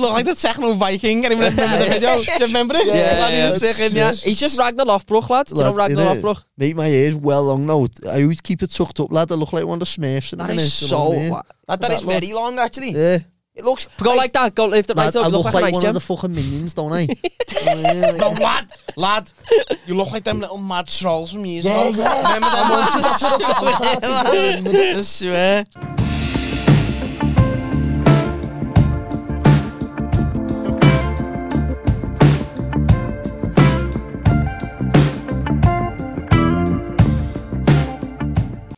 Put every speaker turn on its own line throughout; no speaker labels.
look like the techno Viking. Anyone remember the video? Do you remember it?
Yeah,
Lad, he was
yeah.
singing, yeah.
Yes.
He's just Ragnar Lothbrok, lad. Do you know
Lad,
Ragnar
innit?
Lothbrok?
Mate, my hair's well long now. I always keep it tucked up, lad. I look like one of the Smurfs in
That
a minute.
is
you know
so.
what I mean?
Lad, that
That
is
look.
very long, actually.
Yeah.
It looks. Go like that. Go lift it right up.
Lad, I
Look like an ice
one
gem.
of the fucking minions, don't I? Yeah,
No, lad, lad, you look like them little mad trolls from years
Yeah,
ago. Remember them ones? I swear.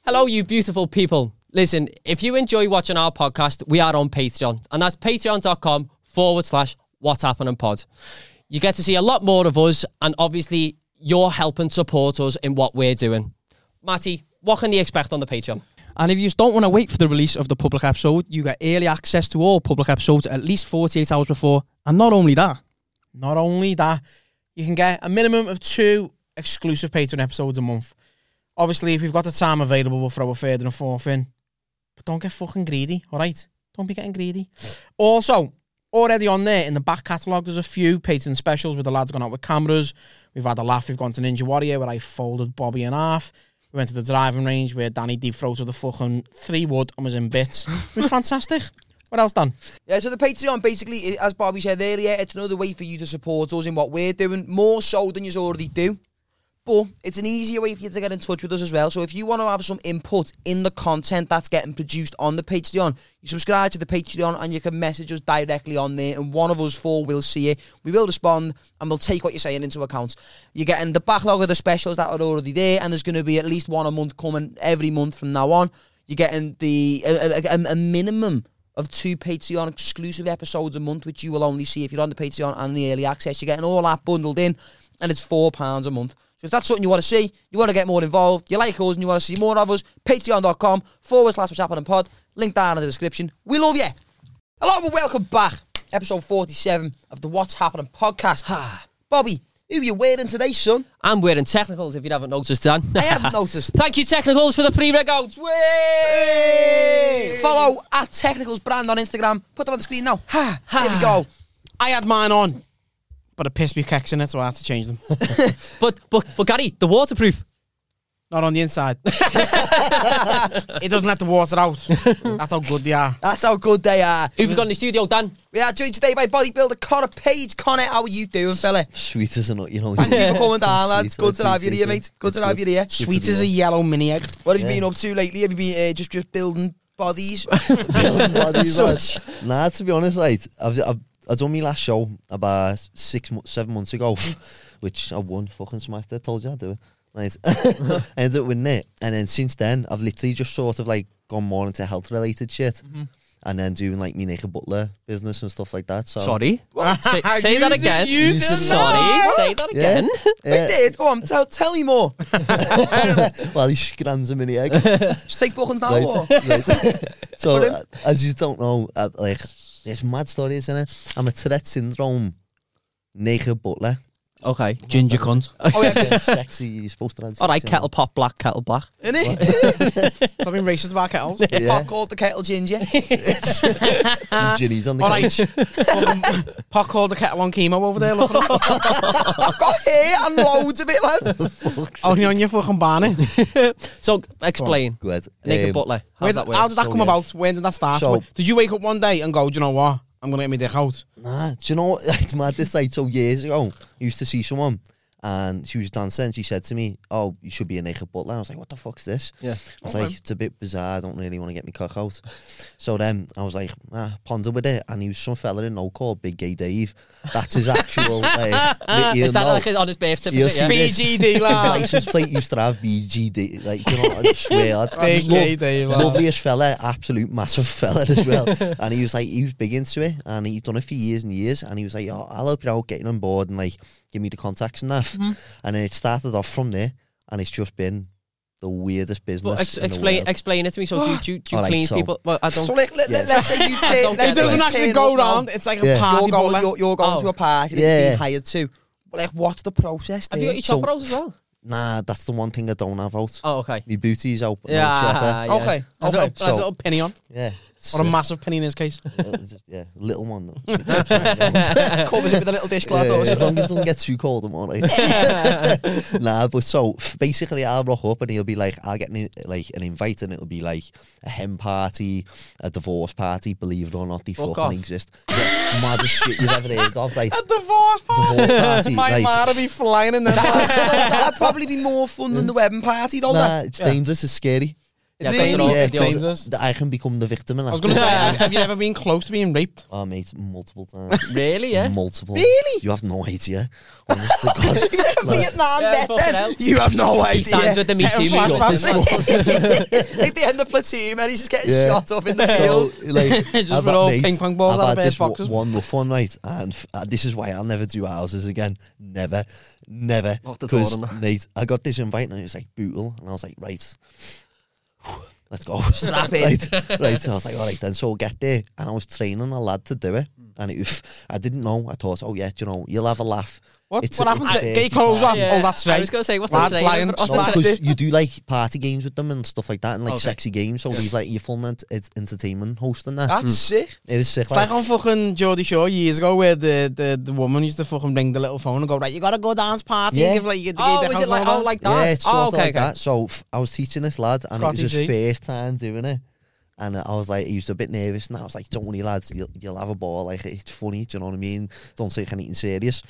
Hello, you beautiful people. Listen, if you enjoy watching our podcast, we are on Patreon, and that's patreon.com forward slash what's happening pod. You get to see a lot more of us, and obviously, you're helping support us in what we're doing. Matty, what can you expect on the Patreon?
And if you don't want to wait for the release of the public episode, you get early access to all public episodes at least 48 hours before. And not only that,
Not only that, you can get a minimum of two exclusive Patreon episodes a month. Obviously, if you've got the time available, we'll throw a third and a fourth in. But don't get fucking greedy, all right? Don't be getting greedy. Also, already on there in the back catalogue, there's a few Patreon specials with the lads gone out with cameras. We've had a laugh. We've gone to Ninja Warrior where I folded Bobby in half. We went to the driving range where Danny deep throated the fucking three wood and was in bits. It was fantastic. What else, Dan?
Yeah, so the Patreon basically, i- as Bobby said earlier, it's another way for you to support us in what we're doing, more so than you already do. But it's an easier way for you to get in touch with us as well. So if you want to have some input in the content that's getting produced on the Patreon, you subscribe to the Patreon and you can message us directly on there, and one of us four will see it. We will respond and we'll take what you're saying into account. You're getting the backlog of the specials that are already there, and there's going to be at least one a month coming every month from now on. You're getting the a, a- a- a minimum of two Patreon exclusive episodes a month, which you will only see if you're on the Patreon and the early access. You're getting all that bundled in, and it's four pounds a month. So if that's something you want to see, you want to get more involved, you like us and you want to see more of us, patreon.com forward slash what's happening pod. Link down in the description. We love you. Hello and welcome back. Episode 47 of the What's Happening podcast. Bobby, who you wearing today, son?
I'm wearing technicals if you haven't noticed, Dan.
I haven't noticed.
Thank you, technicals, for the free regouts.
Follow at Technicals Brand on Instagram. Put them on the screen now. Ha! Here we go.
I had mine on, but it pissed me kicks in it, so I had to change them.
But, but, but, Gary, the waterproof.
Not on the inside. it doesn't let the water out. That's how good they are.
That's how good they are.
Who've you got in the studio, Dan?
We are joined today by bodybuilder Connor Page. Connor, how are you doing, fella?
Sweet as a nut, you know.
Thank you for coming down, lads.
Sweet, I
Good to have you
appreciate
here,
it.
mate. Good
It's
to have you
good.
here.
Good
Sweet
to
as
be
a yellow mini egg.
What have you
Yeah.
been up to lately? Have you been uh, just just building bodies?
Bloody
Such.
lad. Nah, to be honest, right, I've, I've I done my last show about six, mo- seven months ago, which I won, fucking smashed it, told you I'd do it. Right, I ended up winning it, and then since then, I've literally just sort of like gone more into health related shit,
Mm-hmm.
and then doing like my naked butler business and stuff like that. So
Sorry. Say, say
You
that
did-
again.
you did
Sorry. Say that
Yeah.
again.
I
yeah,
did. uh, Go on, tell, tell me more.
well, he scrans him in the egg.
Just take bookings now. Or?
Right, right. so,
Put him-
uh, as you don't know, uh, like, there's mad stories in it. I'm a Tourette syndrome naked butler.
Okay.
Ginger cunt.
Oh, yeah. good.
sexy. You're supposed to have
All right,
sex,
kettle pop black, kettle black.
Innit?
I've been racist about kettles.
you know?
Pop called the kettle ginger.
Yeah, some ginnies on the
All
couch.
right. Fucking Pot called the kettle on chemo over there. Looking
I've got hair and loads of it, lads.
only on your fucking banner.
So explain.
Go ahead.
Naked
Um,
butler. How
Where
does
did,
that work?
how did that
So,
come
yeah.
about? When did that start?
So-
did you wake up one day and go, do you know what? I'm going to get my dick out.
Nah, do you know what? It's mad this like so years ago, I used to see someone and she was dancing. She said to me, Oh, you should be a naked butler. I was like, What the fuck's this?
Yeah.
I was like, It's a bit bizarre. I don't really want to get my cock out. So then I was like, ah, Ponder with it. And he was some fella in no called Big Gay Dave. That's his actual. like,
Is
you'll
that
know.
like his honest birth
You'll
certificate?
see
Yeah.
this.
BGD,
His
lad.
license plate used to have BGD. Like, do you know, what? I swear, I'd, I
Big
just love-
gay day, lad.
loveliest fella, absolute massive fella as well. and he was like, he was big into it, and he'd done it for years and years. And he was like, oh, I'll help you out getting on board and like give me the contacts and that.
Mm-hmm.
And then it started off from there, and it's just been the weirdest business.
Well, ex-
in the
explain
world.
explain it to me. So do you, do you, do you
All right,
clean
so-
people? Well, I don't.
So let, let,
Yeah.
let's say you
I don't
take.
get
It doesn't
Like,
actually go round. It's like a
Yeah.
party
You're going,
bowler.
you're, you're going
Oh.
to a party.
Yeah,
Yeah. You're
yeah.
being hired to. But like, what's the process
Have
there?
you got your
So-
chopper out as well?
nah, that's the one thing I don't have out.
Oh, okay.
My booty's out. but no
Yeah.
chopper.
yeah.
Okay.
Has a
Okay.
little- has a
So-
little penny on.
Yeah.
Or a massive penny in his case.
Uh, just, yeah, little one. though.
Covers it with a little dishcloth.
Yeah,
or
as
something.
long as it doesn't get too cold, I'm all right. nah, but so basically, I'll rock up and he'll be like, I'll get an, like an invite, and it'll be like a hen party, a divorce party. Believe it or not, they
Fuck
fucking
off.
exist. Yeah, maddest shit you've ever heard of, right?
A divorce party.
Divorce party,
My
right?
man will be flying in there.
That'd probably be more fun than the wedding party, though.
Nah,
that.
it's dangerous. It's scary.
Yeah,
Really?
don't know.
Yeah,
It does.
don't- dangerous.
I can become the victim. And
I was going to say, have you ever been close to being raped?
oh, mate, multiple times.
Really, yeah?
Multiple.
Really?
You have no idea. Honest to God. Like,
Vietnam
Yeah,
vet
fucking
then.
hell.
You have no
He stands
idea.
with the Me
Get a
Too
flash
movement,
back.
doesn't he?
like the end of platoon, man. He's just getting
Yeah.
shot up in the
So,
field.
like,
Just
I've
with
had-
all
mate,
ping pong balls
I've
out of
had
bear
this
boxes.
one, one rough one, right? And f- uh, this is why I'll never do houses again. Never, never.
Off the
Because,
door and-
mate, I got this invite and it was like bootle, and I was like, right, let's go.
Strap in.
right, right. So I was like, all right, then. So I get there, and I was training a lad to do it, and it was, I didn't know. I thought, oh yeah, do you know, you'll have a laugh.
What,
It's
what
a-
happens?
it's
there?
a-
Get your clothes off.
Yeah.
Oh, that's
I
right.
was going to say, what's
Lad
the
flying,
What's
smash
the
it.
Because you do like party games with them and stuff like that, and like
Okay.
sexy games. So he's like your full ent- it's entertainment host and that.
That's sick.
It is sick.
Ah. It's like on fucking Geordie Shore years ago where the, the, the woman used to fucking ring the little phone and go, right, you gotta go dance party
Yeah.
and give like, you the
Oh,
the
is
house
it like,
number.
oh, like
Ah,
that?
Yeah, it's sort
oh,
of
okay,
like
okay.
that. So f- I was teaching this lad, and it was
Scotty G.
his first time doing it. And I was like, he was a bit nervous, and I was like, "Don't worry, lads, you'll, you'll have a ball. Like it's funny, do you know what I mean? Don't take anything serious."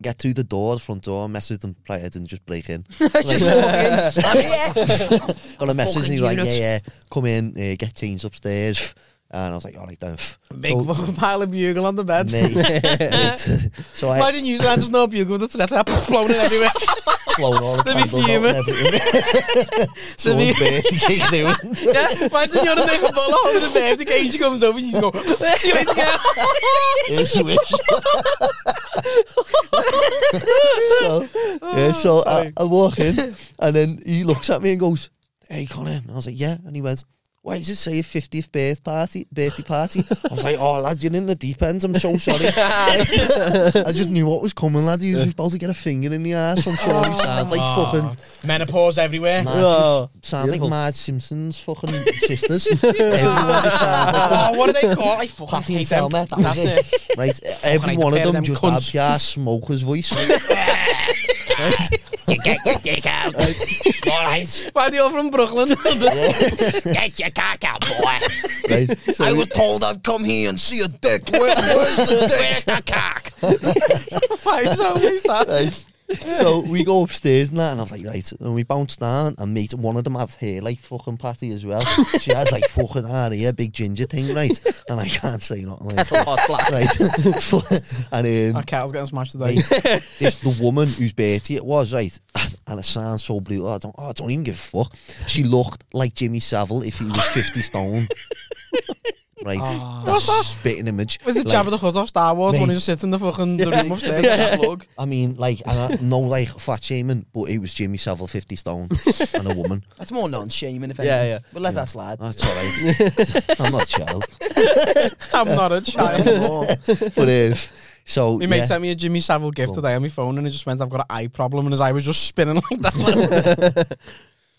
Get through the door, the front door, message them prior, and just break in.
just walking. I'm here.
Got a message, and he's like, "Yeah,
unit.
yeah, come in, uh, get changed upstairs." And I was like, "All right, then."
Big
So-
fucking pile of bugle on the bed.
Mate, mate. so I
Why didn't you use that no bugle? That's that's that blown it everywhere.
blown all the
They'd be
candles out
fuming.
and everything. Someone's birthday cake new.
yeah? Why didn't you have a nickel bottle holding the birthday cake? She comes over, you just go, see you later, girl."
Here's your wish. so, yeah, so I, I walk in, and then he looks at me and goes, "Hey, Connor." And I was like, "Yeah," and he went. Why does it say your 50th birthday party? Birthday party? I was like, oh, lad, you're in the deep end. I'm so sorry. I just knew what was coming, lad. He was just about to get a finger in the ass. I'm sure he sounds like
oh,
fucking
"Ah, Menopause everywhere.
Marge,
Oh,
sounds
beautiful.
like Marge Simpson's fucking sisters. Everyone just sounds like them.
Oh, what are they called? I fucking
Patty and
hate them.
Selma. That was it. Right, every
hate
one
the pair of
of
them
them just
cunts.
had pure smoker's voice. Right?
Get your dick out. All right.
Why are they all from Brooklyn?
Get your cock out, boy.
right. So
I
we-
was told I'd come here and see a dick. Where, where's the
Where's
dick?
the cock?
Why is it always that?
right. So we go upstairs and that, and I was like, right, and we bounced down, and mate, one of them had hair like fucking Patty as well. She had like fucking hair, yeah, big ginger thing, right? And I can't say nothing. Like,
Oh, it's like-
right, and um,
Our cattle's getting smashed today.
Right. this the woman whose birthday it was, right? And it sounds so brutal. I don't, oh, I don't even give a fuck. She looked like Jimmy Savile if he was 50 stone. right? That's a spitting image.
Ah. Was it
Like,
Jabba the Hutt off Star Wars when
Mate.
he just sits in the fucking the room upstairs?
Slug.
I mean, like, and I, no, like, fat shaming, but it was Jimmy Savile 50 stone and a woman.
That's more non-shaming, if anything.
Yeah, yeah.
But let that slide.
That's all right. I'm not a child.
I'm not a child.
But if. So,
My mate
yeah.
sent me a Jimmy Savile gift today on my phone and it just went, I've got an eye problem. And his eye was just spinning like that.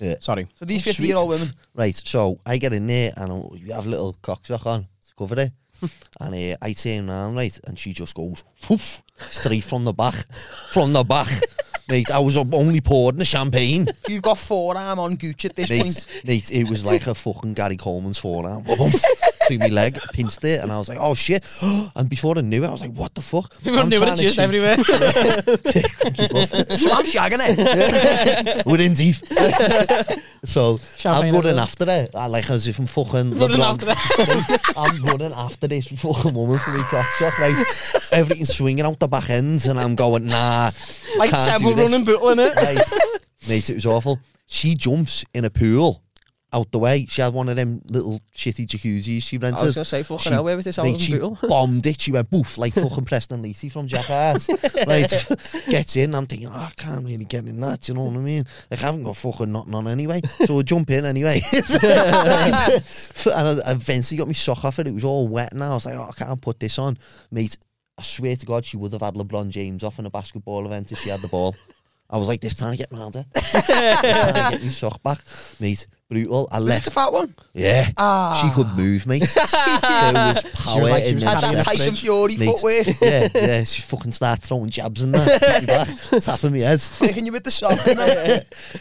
Yeah. Oh.
Sorry.
So these 50-year-old women.
Right, so I get in there and I- you have a little cocksock on to cover it. and uh, I turn round, right, and she just goes whoosh, straight from the back. From the back. Mate, I was up only pouring the champagne.
You've got forearm on Gooch at this point.
Mate, mate, it was like a fucking Gary Coleman's forearm. Boom, through my leg, pinched it, and I was like, oh shit. And before I knew it, I was like, what the fuck?
People
I'm
knew
trying
it
to
just
keep-
everywhere.
So I'm shagging it.
Within deep. so
Champagne
I'm running
over.
after it. I like as if I'm fucking
Running
LeBlanc.
after that.
I'm running after this fucking woman for me cocksock. Right, everything's swinging out the back end, and I'm going nah.
Like
can't do
Temple
this.
running bootle in it.
Right. Mate, it was awful. She jumps in a pool out the way. She had one of them little shitty jacuzzis she rented.
I was going to say, fucking
She-
hell, where was this album
Mate, she
brutal?
bombed it. She went boof like fucking Preston Lacey from Jackass. right, gets in. I'm thinking, oh, I can't really get in that. You know what I mean? Like, I haven't got fucking nothing on anyway. So I jump in anyway. and I eventually got my sock off and it was all wet. And I was like, oh, I can't put this on, mate. I swear to God, she would have had LeBron James off in a basketball event if she had the ball. I was like, this time I get mad. eh? This time I get my sock back, mate. brutal. I
Is it the
left.
fat one?
Yeah,
Ah.
she could move, mate. there was power
like she
in
was
them
Had that
Yeah.
steps,
Tyson
mate.
Fury
Mate,
footwear.
yeah, yeah. She fucking started throwing jabs and that, hit me back, tapping me head.
Taking you with the sock. you know?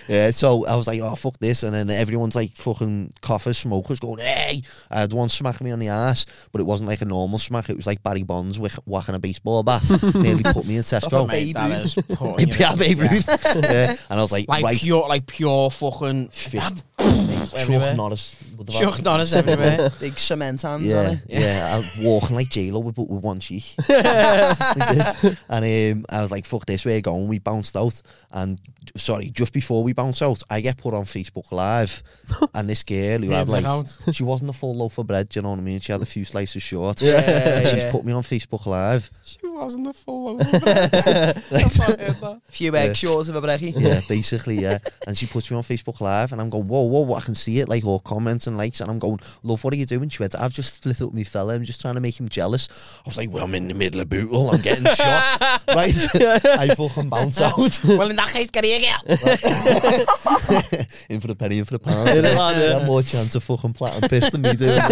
Yeah, so I was like, oh, fuck this. And then everyone's like fucking coughers, smokers going, hey. I had one smack me on the ass, but it wasn't like a normal smack. It was like Barry Bonds whack- whacking a baseball bat. Nearly put me in Tesco.
Mate, that is poor, you know.
yeah, Babe Ruth. yeah. And I was like,
Like
right
pure, like pure fucking
fist.
everywhere.
Chuck Norris. would have had-
Chuck Norris everywhere.
Big cement hands on
Yeah,
it.
yeah, I walking like J-Lo with, but with one cheek. Like this. And um, I was like, fuck this, we're going. We bounced out. And sorry, just before we bounce out, I get put on Facebook Live. and this girl who had
Hands
like,
out.
she wasn't a full loaf of bread, do you know what I mean? She had a few slices short.
Yeah,
And she's
yeah.
put me on Facebook Live.
She wasn't the full over.
Few eggs short of a brekkie.
Yeah, basically, yeah. And she puts me on Facebook Live, and I'm going, whoa, whoa, whoa, I can see it, like all comments and likes, and I'm going, love, what are you doing? She went, I've just split up with my fella, I'm just trying to make him jealous. I was like, well, I'm in the middle of bootle, I'm getting shot, right? I fucking bounce out.
well, in that case, get here, girl.
in for the penny, in for the pound. yeah. You have more chance of fucking platinum piss than me doing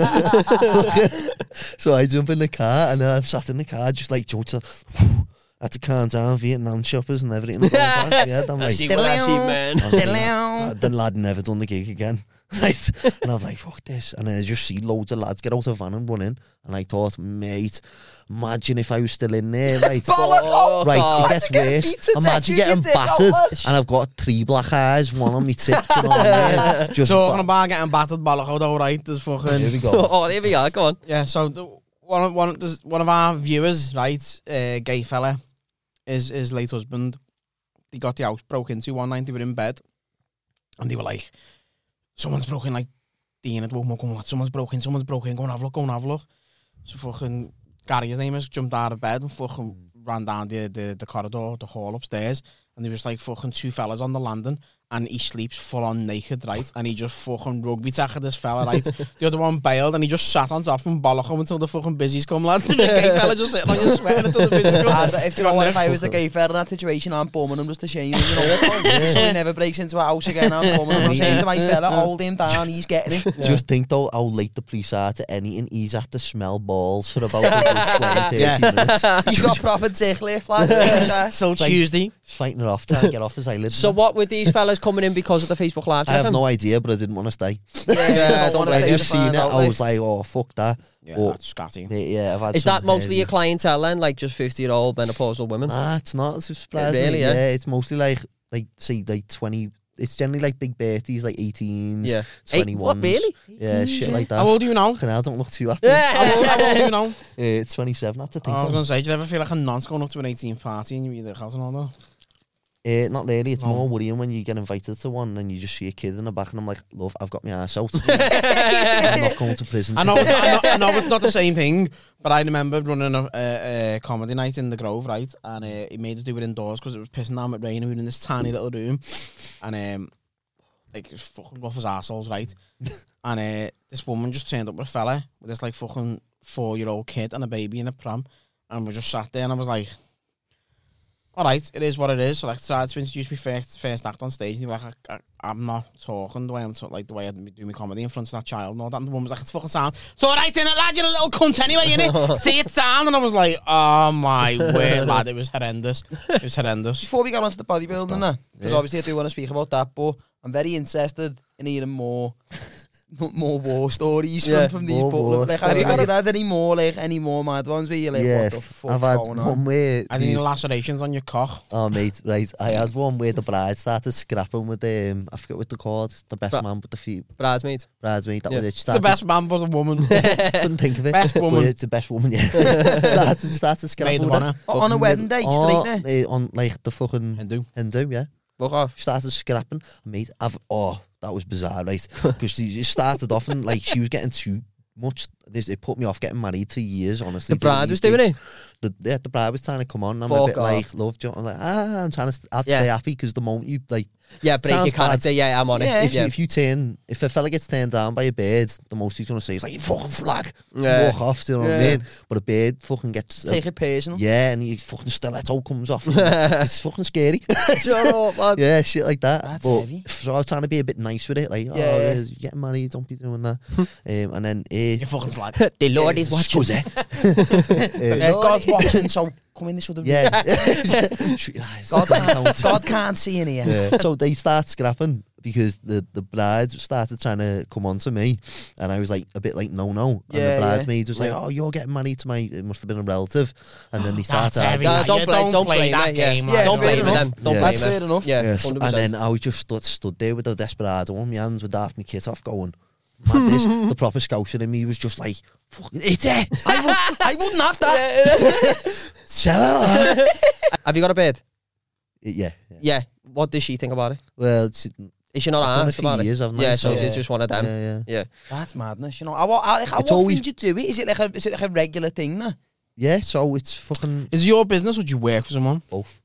that. so I jump in the car, and then I'm sat in the car, just like, jokes, had to calm down, Vietnam shoppers and everything. I'm going past, yeah, I'm like,
what I've seen, man.
I was like, "Ah, the lad never done the gig again. Right. And I was like, fuck this. And then I just see loads of lads get out of the van and run in. And I thought, mate, imagine if I was still in there, right? Oh.
Bollock!
right,
Oh.
Oh,
God.
it gets
Imagine getting
worse.
beaten,
Imagine
taking
getting
your dick out,
battered.
lad.
And I've got three black eyes, one on my tip, you know what I mean? Just
Talking about getting battered, Balago, though, right? Dus There's
Here
fucking.
we go.
oh, there we are. Go on.
Yeah, so the, one of one there's one of our viewers, right, uh, gay fella, his his late husband, he got the house broke into one night. They were in bed, and they were like, "Someone's broken!" Like Dean had woke up going, "What? Someone's broken! Someone's broken! Go and have a look! Go and have a look!" So fucking Gary, his name is, jumped out of bed and fucking ran down the the, the corridor, the hall upstairs, and there was like fucking two fellas on the landing. And he sleeps full on naked, right? And he just fucking rugby tackled this fella, right? The other one bailed and he just sat on top from Bollockum until the fucking busies come, lad. the gay fella just sitting on your sweating until the busies
Ah,
come.
but if you know what, if I was the gay fella in that situation, I'm bumming him just to shame him. You know what? So he never breaks into a house again. I'm bumming him. I'm saying to my fella, hold him down. He's getting it.
Just think though how late the police are to anything. He's had to smell balls for about a good 20, 30 minutes.
He's got proper dick lift. Like, yeah.
Till Tuesday.
Fighting it off, trying to get off his eyelid.
So, what were these fellas coming in because of the Facebook Live? um,
I have
Jeff?
no idea, but I didn't want to stay.
yeah, don't
I just seen it. I was like, oh, fuck that.
Yeah,
But
that's scatty.
Yeah, yeah, I've had
Is
some
that mostly
heavy-
your clientele then? Like just 50 year old menopausal women?
Nah, it's not it's surprising.
really, yeah?
yeah. it's mostly like like say like twenty. It's generally like big birthdays, like 18s,
yeah. Eight-
21s.
what, really?
Yeah, shit like that.
How old are you now?
Fucking hell, don't look too happy.
Yeah.
How old, how old are you now? Oh,
Uh, it's 27, I have to think.
I was
of.
going to say, do you ever feel like a nonce going up to an 18 party and you're like, how's it all though?
Uh, not really. It's
No.
more worrying when you get invited to one and you just see a kid in the back, and I'm like, love, I've got my ass out. I'm not going to prison.
I know, it's, I, know, I know it's not the same thing, but I remember running a, a, a comedy night in the Grove, right? And uh, he made us do it indoors because it was pissing down with rain and we were in this tiny little room. And um, like, it was fucking rough as arseholes, right? and uh, this woman just turned up with a fella with this like fucking four year old kid and a baby in a pram. And we just sat there and I was like, all right, it is what it is. So like, tried to introduce me first, first act on stage, and they were like, I, I, "I'm not talking the way I'm talking, like the way I do my comedy in front of that child." And all that, and the woman was like, "It's fucking sound." It's all right, in it, lad. You're a little cunt anyway, innit? See it sound, and I was like, "Oh my word, lad! It was horrendous. It was horrendous."
Before we get on to the bodybuilding, because
Yeah.
obviously I do want to speak about that, but I'm very interested in hearing more. m- More war stories
Yeah,
from, from these
more
people.
war
Like, have you,
stories.
have you had any more like any more mad ones where you're like,
yeah,
what the fuck
I've had
going
one
on?
where
I
these-
think lacerations on your cock.
Oh mate, right. I had one where the bride started scrapping with um I forget what they called, the best
Bra-
man with the few
Bridesmaids.
bridesmaid, that
Yeah.
was it. She
The
started,
best man but a woman.
couldn't think of it.
best
Well,
woman.
it's the best woman, yeah. started started
Maid
scrapping
of
with
honour.
her.
Oh, on a
Fucking
wedding day,
oh,
straight
eh, on like the fucking
Hindu.
Hindu, yeah.
Fuck off.
Started scrapping. Mate, I've oh, that was bizarre, right? Because she she started off and like she was getting too much This, it put me off getting married for years, honestly.
The bride
doing
was
these
doing
gigs. The, yeah, the bride was trying to come on. And I'm a
Fuck
bit
off.
like, love, do you know, I'm like, ah, I'm trying to st- I'll
Yeah.
stay happy because the moment you, like,
Yeah, break your
Sounds bad.
character. Yeah, I'm on
Yeah.
it.
if,
Yeah.
You, if you turn, if a fella gets turned down by a bird, the most he's going to say is like, you fucking flag.
Yeah.
Walk off, do you know what
Yeah.
I mean? But a bird fucking gets. a-
Take it personal.
yeah, and your fucking stiletto comes off. it's fucking scary.
Shut up, man.
yeah, shit like that.
That's
but
heavy.
So I was trying to be a bit nice with it, like, oh,
Yeah, yeah.
yeah, you're getting married, don't be doing that. um, and then eh, Eh,
You fucking slag.
The Lord is watching.
Uh, God's watching, so come in this other room.
yeah, Shut your eyes.
God, can't,
Don't.
God can't see in here.
Yeah. So they start scrapping because the the bride started trying to come on to me, and I was like a bit like no no, and
Yeah, yeah.
the bridesmaid was like
Yeah.
oh you're getting married to my it must have been a relative, and then they started
heavy,
No,
lad.
don't
You
play- don't play
that
that, yeah.
game,
Yeah,
lad.
don't
fair
blame
enough.
them. Don't
Yeah.
blame
That's
them.
fair enough.
Yeah,
Yes.
100%.
And then I was just stood, stood there with a desperado on my hands with half my kit off going. Man, this, the proper scouser in me was just like, fucking it's it. I, would, I wouldn't have that. Shut up.
Have you got a bed?
yeah, yeah.
Yeah. What does she think about it?
Well, it's,
Is she not
I've done it
asked
for
about
years,
it?
haven't I?
Yeah, so
So-
she's just one of
yeah,
them.
yeah.
Yeah.
That's madness, you know. I, wa- I, how
It's
often
always-
do you do it? Is it like a, is it like a regular thing? Now?
Yeah, so it's fucking
Is it your business or do you work for someone?
both.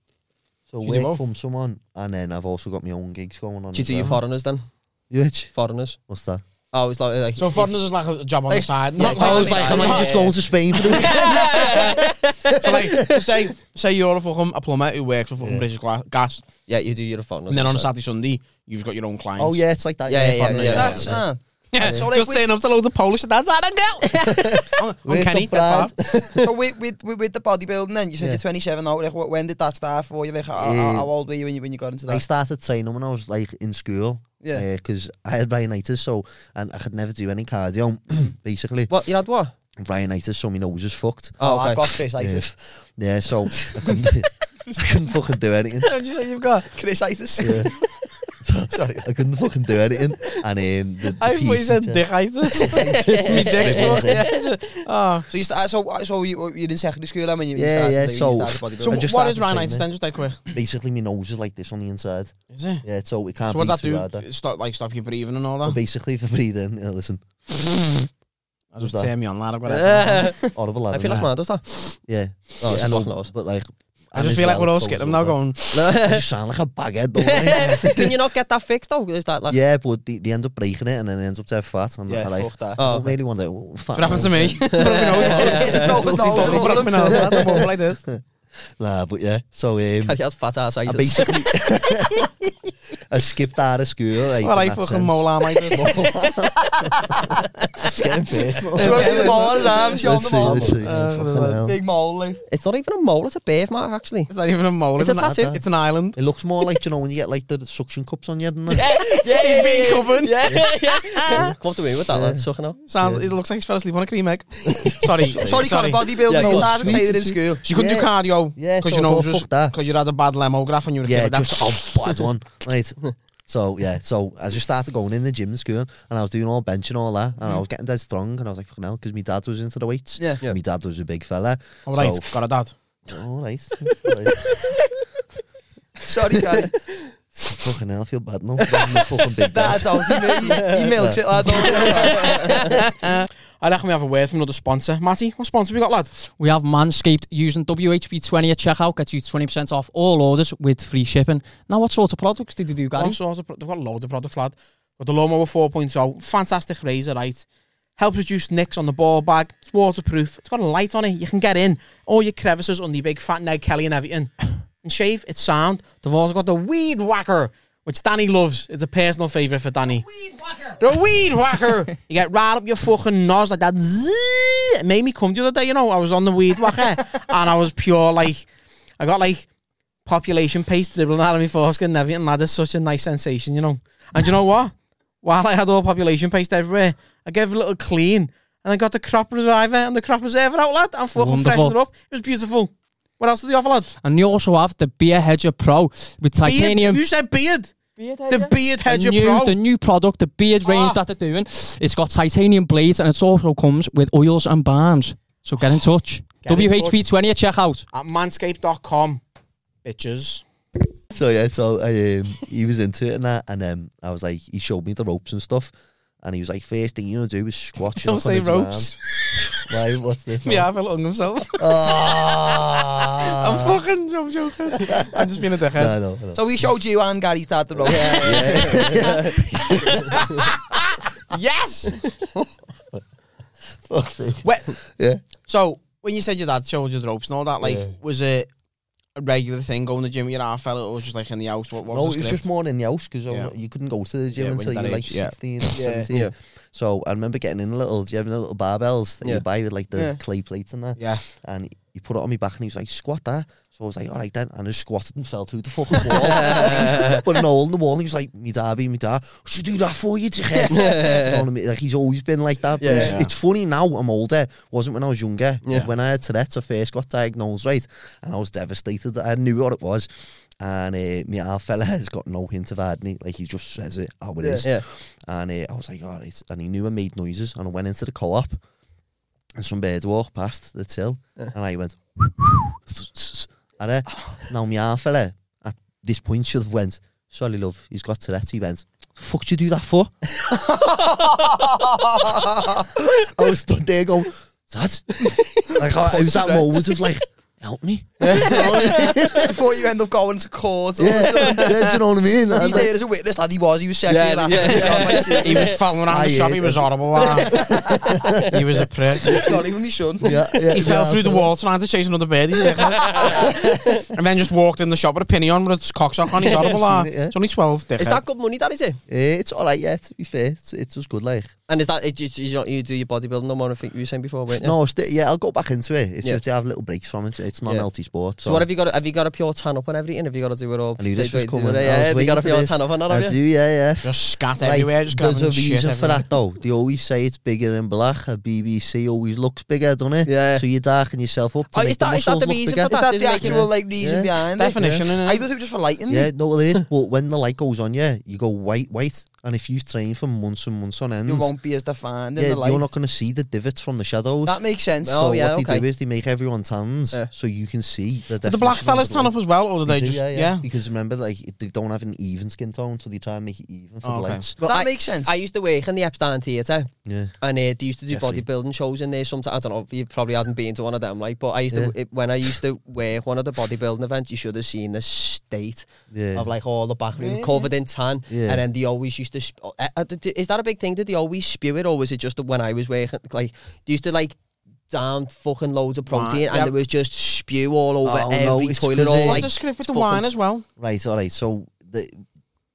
So
You do
work
both?
from someone, and then I've also got my own gigs going on.
Do you
as
do your
well.
foreigners then?
Which?
Foreigners.
What's that?
Oh, it's like, like
So
if-
foreigners is like a job on the side. Not
I was like, am I just going to Spain for the weekend?
So like, say, say you're a fucking a plumber who works for fucking
Yeah.
British Gla- Gas,
yeah, you do your foreigners.
and then on a
so-
Saturday Sunday you've got your own clients.
oh, yeah, it's like that.
Yeah, yeah, yeah,
foreigner,
yeah.
That's uh,
yeah.
So, like,
just
we-
saying up to loads of Polish. That's how I go.
Work
I'm
up,
Kenny.
lad.
That's fine.
so with, with with with the bodybuilding. Then you said
Yeah.
you're 27 now. Like, wh- when did that start for you? Like, how, how,
Yeah.
how old were you when you when you got into
I
that?
started training when I was like in school.
Yeah.
Because I had rhinitis, so and I could never do any cardio. basically,
What? You had what?
rhinitis, so my nose was fucked.
Oh, okay.
I've got Chrisitis.
Yeah, so I couldn't, I couldn't fucking do anything.
What did you say you've got? Chrisitis.
Yeah. Sorry, I couldn't fucking do anything. And um, the, the
I thought you
PE
said
teacher-
dick Oh,
So you start, so so you were in secondary school then when you when you
Yeah,
started
yeah,
doing-
so-
you started
so
I
bodybuilding.
just
what is
started
rhinitis then?
training.
Just that quick.
Basically, my nose is like this on the inside.
Is it?
Yeah, so it can't
So
be
what does
breathe
that
through either.
do? Stop like stop you breathing and all
But
that.
basically, for breathing, yeah, listen,
I just
that?
turn me on, lad. I've got it.
I
horrible. lad,
feel like mine
isn't
does that.
it? Yeah, oh,
it's
I
fucking
know,
horse.
but like,
I
and
just
as
feel like
well,
we're all
it goes
skipping now,
over.
going.
You sound like a baghead, don't you?
Can you not get that fixed though? Is that like?
Yeah, but they, they end up breaking it and then it ends up there fat. And
Yeah,
I'm like,
fuck
I
that.
Oh,
don't really want to. What
What happened to me? Put up my nose.
No, it's not.
Put up my nose. lad, I'm up like this.
Nah, but yeah. So um,
he has fat ass
I
eyes.
basically I skipped out of school. Like,
Well,
in
I
that
fucking
sense.
molar my
It's getting personal.
Do you want to see the mole? His arm, show him
Let's
the
see,
mole.
let's see.
Uh,
Fucking hell.
Big mole. like.
It's not even a mole. It's a beard mark actually.
It's not even a mole.
It's a
isn't it?
tattoo.
It's an island.
It looks more like you know when you get like the suction cups on your head. And
yeah, yeah,
He's being covered.
Yeah, yeah. yeah. Come to me with that, lad. Sucking up.
Sounds. It looks like she fell asleep on a cream egg. sorry,
Sorry, got a bodybuilding.
Yeah,
You
go
started
on.
training in school.
So you couldn't do
Yeah.
cardio.
Yeah,
because
so
you
I
know
thought, fuck that.
because you had a bad lemograph and you were a
yeah,
kid. That's
just oh bad one. Right. So yeah, so I just started going in the gym in school, and I was doing all bench and all that, and I was getting dead strong, and I was like fucking hell, because my dad was into the weights.
Yeah.
My dad was a big fella.
all Oh, right.
So,
Got a dad.
all right. All right.
Sorry, guys.
Fucking hell, I feel bad now. I'm a fucking big dad.
That's all. He mil- he milked it, lad. don't worry about it.
I reckon we have a word from another sponsor. Matty, what sponsor we got, lad?
We have Manscaped using WHP20 at checkout, gets you 20% off all orders with free shipping. Now, what sort of products did you do,
One
Gary?
sort of pro- they've got loads of products, lad. Got the lawnmower 4.0, fantastic razor, right? Helps reduce nicks on the ball bag. It's waterproof. It's got a light on it. You can get in all your crevices on the big fat Ned Kelly and everything. And shave, it's sound. They've also got the weed whacker, which Danny loves. It's a personal favourite for Danny. The weed whacker. you get right up your fucking nose like that. Zzz. It made me come the other day, you know. I was on the weed whacker and I was pure like, I got like population paste dribbling out of my foreskin and everything. That is such a nice sensation, you know. And you know what? While I had all population paste everywhere, I gave it a little clean and I got the crop reserver and the crop reserver out, lad, and fucking
Wonderful.
freshened it up. It was beautiful. What else did they offer, lad?
And you also have the Beer Hedger Pro with titanium.
Beard. You said beard. The beard
the
hedger
new,
pro.
the new product, the beard range
Ah.
that they're doing. It's got titanium blades and it also comes with oils and balms. So get in touch.
Get in touch.
WHP20 at checkout.
At manscaped.com, bitches.
So yeah, so I, um, he was into it and that, and um, I was like, he showed me the ropes and stuff, And he was like, first thing you know do is squat. you
Don't
know,
say
on his
ropes.
arm." Why? What's this?
yeah, I've hung himself.
Ah.
I'm
Uh-huh.
fucking, I'm joking. I'm just being a dickhead.
No, no, no.
So we showed you and Gary's dad the rope.
Yes.
Fuck's sake.
Wait.
Yeah.
So when you said your dad showed you the ropes and all that, like,
Yeah.
was it a regular thing going to the gym with your half fella, or was it just like in the house? What, what
no,
was
it was
the
just more in the house because
Yeah.
you couldn't go to the gym
Yeah, when
until you
you're
were
that
like
age, yeah.
16, 17.
Yeah.
So I remember getting in a little, do you have little barbells that
Yeah.
you buy with like the
Yeah.
clay plates and that?
Yeah.
And he put it on my back and he was like, squat that. So I was like, all right then. And I squatted and fell through the fucking wall. but an hole in the wall. And he was like, me derby, me dad, should do that for you to get. Do you know what I mean? Like he's always been like that. But
Yeah.
it's,
Yeah.
it's funny now I'm older. Wasn't when I was younger.
Yeah.
When I had Tourette's, I first got diagnosed, right? And I was devastated. I knew what it was. And uh, my old fella has got no hint of agony. Like he just says it how it is.
yeah.
And uh, I was like, all right. And he knew I made noises. And I went into the co op. And some bird walked past the till. And I went, and uh, now my old fella at this point should have went, sorry, love, he's got Tourette's. He went, fuck do you do that for? I was stood there going, Dad? like, I, it was that moment of like, help me.
Before you end up going to court. Or
Yeah, yeah, do you know what I mean? I was
He's
like,
there as a witness, lad. He was. He was sexually
Yeah,
harassing
yeah,
me. That's my shit.
He was following around
I
the shop.
hate
He was horrible. wasn't he? he was a prick.
It's not even my son.
yeah, yeah,
He fell
yeah,
through the wall trying to chase another bird. He's a dickhead. and then just walked in the shop with a penny on with his cocksock on. He's horrible. lad.
Seen it, yeah.
It's only 12, dickhead.
Is that good money? That is it.
Eh, it's all right, yeah, to be fair. It's, it's just good, like.
And is that it, just- you, don't- you do your bodybuilding no more? I think you were saying before, weren't you?
No, st- yeah, I'll go back into it. It's
Yeah.
just I have little breaks from it. It's not
Yeah.
an healthy sport. So,
So what have you got? Have you got a pure tan up and everything? Have you got to do it all?
I knew this
do-
was
do- do-
coming. I was
Yeah, have you
waiting
got to
for
pure
this.
tan up and that?
I
have
do,
you?
yeah, yeah.
Just scat
Like,
everywhere. Just
there's a
grabbing shit
reason for
everywhere.
that though. They always say it's bigger in black. A BBC always looks bigger, doesn't it?
Yeah.
So you darken yourself up to
Oh,
make
is that-
the
is that
muscles
the
look
reason
bigger.
for That
Is that the
didn't make
actual like reason
Yeah.
behind it?
Definition, innit?
I thought it was just for lighting.
Yeah, no, well it is. But when the light goes on you, you go white, white, and if you train for months and months on end,
You won't be as defined in
yeah,
the light.
you're not going to see the divots from the shadows.
That makes sense.
No. Oh,
so
yeah,
what they
okay.
do is they make everyone tans,
Yeah.
so you can see the.
Did the black
definition
fellas
of
tan
light.
up as well, or did they,
do,
just yeah?
Because remember, like they don't have an even skin tone, so they try and make it even for
Oh,
the
okay.
lights.
Well,
that
I-
makes sense.
I used to work in the Epstein Theatre,
Yeah,
and uh, they used to do
Definitely.
bodybuilding shows in there. Sometimes I don't know. You probably hadn't been to one of them, like. But I used to
Yeah.
it, when I used to work one of the bodybuilding events. You should have seen the state
yeah.
of like all the back room covered in tan,
Yeah.
and then they always used to. Sp- uh, uh, d- is that a big thing? Did they always spew it, or was it just that when I was working? Like, they used to like down fucking loads of protein,
Right,
and
yeah.
there was just spew all over
Oh,
every
no, it's
toilet.
'cause
All
they-
What's
like
the script with the
fucking-
wine as well?
Right, all right. So the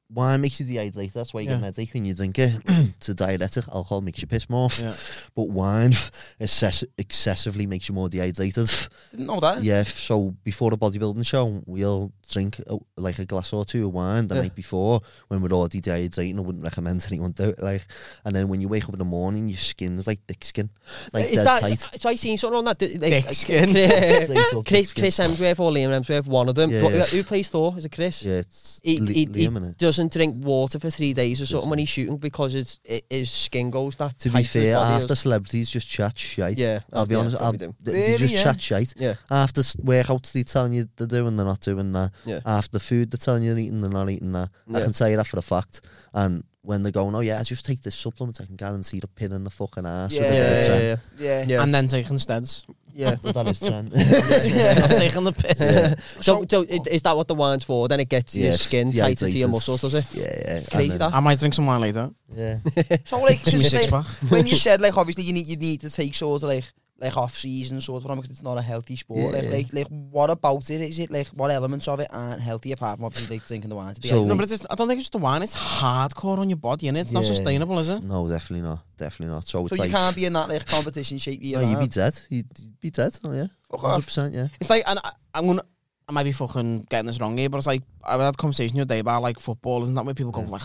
wine makes you dehydrated. That's why you
Yeah.
get an headache when you drink it. it's a diuretic. Alcohol makes you piss more.
Yeah.
But wine excess- excessively makes you more dehydrated.
didn't know that.
yeah. So before the bodybuilding show, we'll drink a, like a glass or two of wine the
Yeah.
night before when we're already dehydrated. I wouldn't recommend anyone do it. Like, and then when you wake up in the morning, your skin's like thick skin, It's, like
is
dead
that,
tight.
So I seen something on that. th- Like, uh,
Thick skin.
Chris,
Straight up thick
Chris,
skin.
Chris um, Hemsworth or Liam Hemsworth, one of them.
Yeah.
But uh, who who plays Thor? Is it Chris?
Yeah, it's
He,
li-
he, he
Liam, innit?
doesn't drink water for three days or something when he's shooting because it's, it, his skin goes that
To
tight
be
his
fair,
body
after
is-
celebrities just chat shite.
Yeah,
I'll be
yeah,
honest. I'll,
probably
they,
do.
they just
Really, yeah.
chat shite.
Yeah.
After s- workouts, they're telling you they're doing, they're not doing that.
Yeah.
After food, they're telling you they're eating, they're not eating that. I
Yeah.
can tell you that for a fact. And when they're going, oh yeah, I just take this supplement, I can guarantee the pin in the fucking ass.
Yeah,
Yeah, yeah, yeah.
Yeah.
Yeah.
And then taking steds.
yeah.
But that is trend.
I'm taking the piss.
So, so
oh.
it, is that what the wine's for? Then it gets your skin tighter to your muscles, does it?
Yeah, yeah. And
Crazy
then-
that.
I might drink some wine later.
Yeah.
So like,
Give me
since
a six
they-
pack.
when you said like obviously you need you need to take sort of like like off season sort of because it's not a healthy sport.
Yeah,
like,
yeah.
like like what about it? Is it like what elements of it aren't healthy apart from obviously like drinking the wine?
So-
No, but it's just, I don't think it's just the wine. It's hardcore on your body, and it's not
Yeah.
sustainable, is it?
No, definitely not. Definitely not. So it's
so you
like,
can't be in that like competition shape. You
no, you'd be dead. You'd you'd be dead. Oh yeah, hundred percent. Yeah.
It's like, and I, I'm gonna. I might be fucking getting this wrong here, but it's like I had a conversation the other day about like football, isn't that where people go like,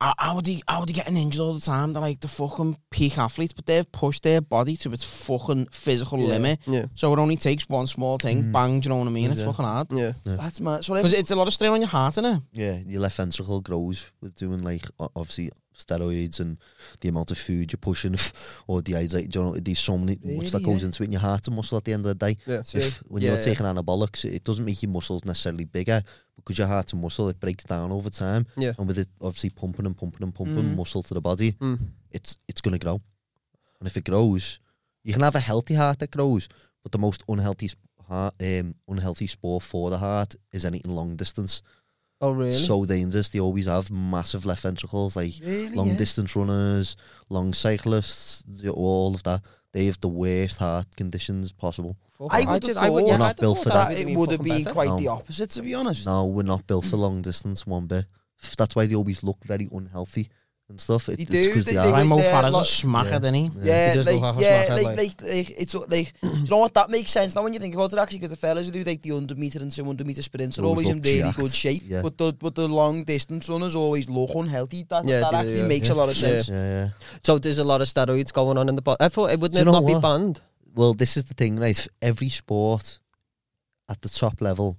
how, how would he, how would he getting injured all the time? They're like the fucking peak athletes, but they've pushed their body to its fucking physical limit.
Yeah.
So it only takes one small thing, bang. Do you know what I mean? It's fucking hard
Yeah.
That's mad. So like,
because it's a lot of strain on your heart, innit?
Yeah, your left ventricle grows with doing like o- obviously steroids and the amount of food you're pushing or dehydrated. You know, there's so many much that
Really,
goes
yeah.
into it. And your heart and muscle at the end of the day.
Yeah.
If, when
Yeah,
you're
yeah.
taking anabolics, it doesn't make your muscles necessarily bigger, but because your heart's a muscle, it breaks down over time.
Yeah.
And with it obviously pumping and pumping and pumping
Mm.
muscle to the body,
Mm.
it's it's gonna grow. And if it grows, you can have a healthy heart that grows, but the most unhealthy sp- heart, um, unhealthy sport for the heart is anything long distance.
Oh, really?
So dangerous. They always have massive left ventricles, like
really?
long
yeah.
distance runners, long cyclists, y- all of that. They have the worst heart conditions possible.
I
I
would
did-
have
I would-
thought
yeah,
We're not
I'd have
built
thought
for
that
would've
it
been
would have
fucking
been
better.
quite
No.
the opposite, to be honest.
No, we're not built for long distance one bit. F- That's why they always look very unhealthy and stuff. It,
They
it's
do,
'cause
they-
they,
they-
are.
Like Mo
there,
Farah's a
like-
smacker,
Yeah.
didn't he?
Yeah,
dus
He does
like,
look half a
yeah,
smack,
like,
like-
like, like, it's uh, like, do you know what? That makes sense now when you think about it, actually, because the fellas who do like the 100 meter and 200 meter sprints are
Always
always in
look
really
jacked,
good shape,
yeah.
but the but the long distance runners always look unhealthy. That,
Yeah,
that
they do,
actually
yeah.
makes a lot of sense.
Yeah, yeah.
So there's a lot of steroids going on in the body. I thought it
Do you
wouldn't
know
it not be
what?
banned.
Well, this is the thing, right? Every sport at the top level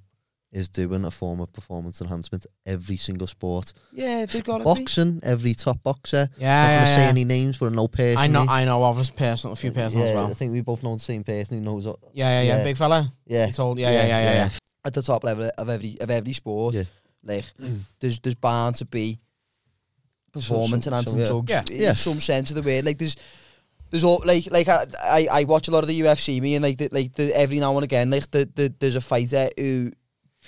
is doing a form of performance enhancement. Every single sport.
Yeah, they've got to be.
Boxing, every top boxer.
Yeah,
not going to
yeah,
say
yeah.
any names, but I know personally.
I know, I know of his personal, a few personal
eh? yeah,
as well.
I think we both know the same person who knows. all-
Yeah, yeah, yeah,
Yeah.
big fella.
Yeah.
He told, yeah, yeah, yeah, yeah. yeah.
at the top level of every of every sport,
Yeah. Mm.
like there's there's bound to be performance
some-
enhancing
yeah.
drugs
Yeah.
in
Yeah.
some sense of the word. Like there's there's all like like I, I I watch a lot of the UFC me and like the, like the, every now and again like the, the there's a fighter who.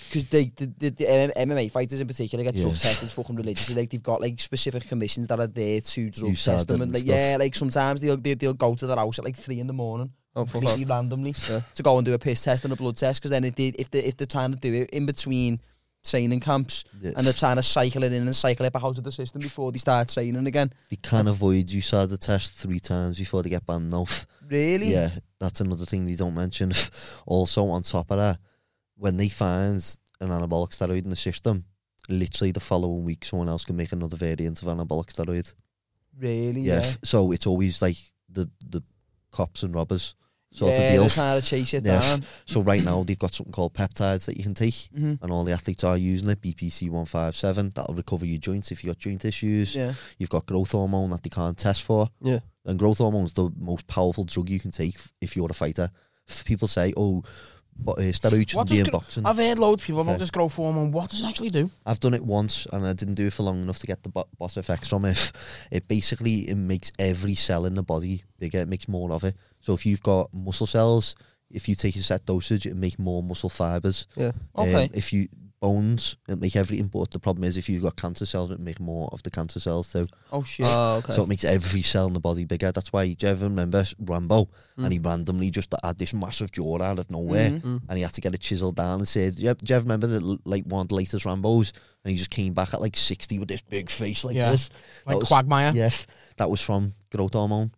Because they, the, the, the M- MMA fighters in particular get
Yeah.
drug tested fucking religiously. Like they've got like specific commissions that are there to drug
USADA
test them. And
and
like,
stuff.
yeah, like sometimes they'll, they'll they'll go to their house at like three in the morning
Oh, fuck
completely randomly to go and do a piss test and a blood test because then if they, if they if they're trying to do it in between training camps
Yeah.
and they're trying to cycle it in and cycle it back out of the system before they start training again.
They can avoid USADA test three times before they get banned now.
Really?
Yeah, that's another thing they don't mention. also, on top of that, when they find an anabolic steroid in the system, literally the following week, someone else can make another variant of anabolic steroid.
Really?
Yeah.
Yeah.
f- so it's always like the the cops and robbers sort
yeah,
of
they're
deal.
trying to chase it
Yeah.
down.
So right now they've got something called peptides that you can take,
Mhm.
and all the athletes are using it. BPC one five seven that'll recover your joints if you got joint issues.
Yeah.
You've got growth hormone that they can't test for.
Yeah.
And growth hormone's the most powerful drug you can take f- if you're a fighter. F- People say, oh, but uh, steroids shouldn't
What
be
does
in
gro-
boxing. I've,
I've heard loads of people about
Okay.
this growth hormone. What does it actually do?
done it once and I didn't do it for long enough to get the bo- boss effects from it. It basically it makes every cell in the body bigger. It makes more of it. So if you've got muscle cells, if you take a set dosage, it make more muscle fibers.
Yeah.
Um,
Okay.
if you bones, it make everything. But the problem is, if you've got cancer cells, it make more of the cancer cells too.
oh shit.
Oh, okay.
So it makes every cell in the body bigger. That's why, do you ever remember Rambo?
Mm.
And he randomly just had this massive jaw out of nowhere.
Mhm.
And he had to get it chiseled down and said, do you, do you ever remember the, l- like one of the latest Rambos? And he just came back at like 60 with this big face like
Yeah.
this.
Like
was-
Quagmire?
Yes. That was from growth hormone.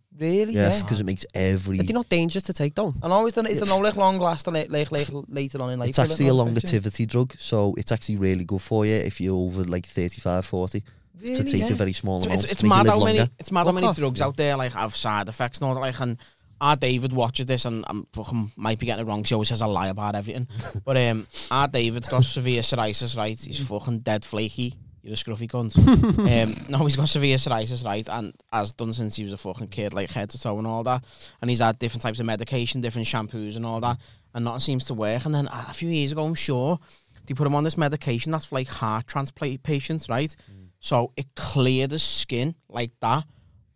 Yes.
Really? Oh, Yeah. nou
Because it makes every...
Are they not dangerous to take down?
And always then it's the no like long lasting like, like, like later on in life.
It's
will it
actually a
not
long
affect you?
activity drug. So it's actually really good for you if you're over like 35, 40.
Really,
to take
yeah.
a very small
It's,
amount.
it's, it's
make you
mad
live
how many
longer.
it's mad how
Fuck
many
off,
drugs out there like have side effects and all that. Like, and our David watches this and I'm fucking might be getting it wrong. She always says I lie about everything. but um, our David's got severe psoriasis, right? He's fucking dead flaky. You're a scruffy cunt. um, no, he's got severe psoriasis, right? And has done since he was a fucking kid, like head to toe and all that. And he's had different types of medication, different shampoos and all that. And nothing seems to work. And then uh, a few years ago, I'm sure, they put him on this medication that's for like heart transplant patients, right? So it cleared his skin like that,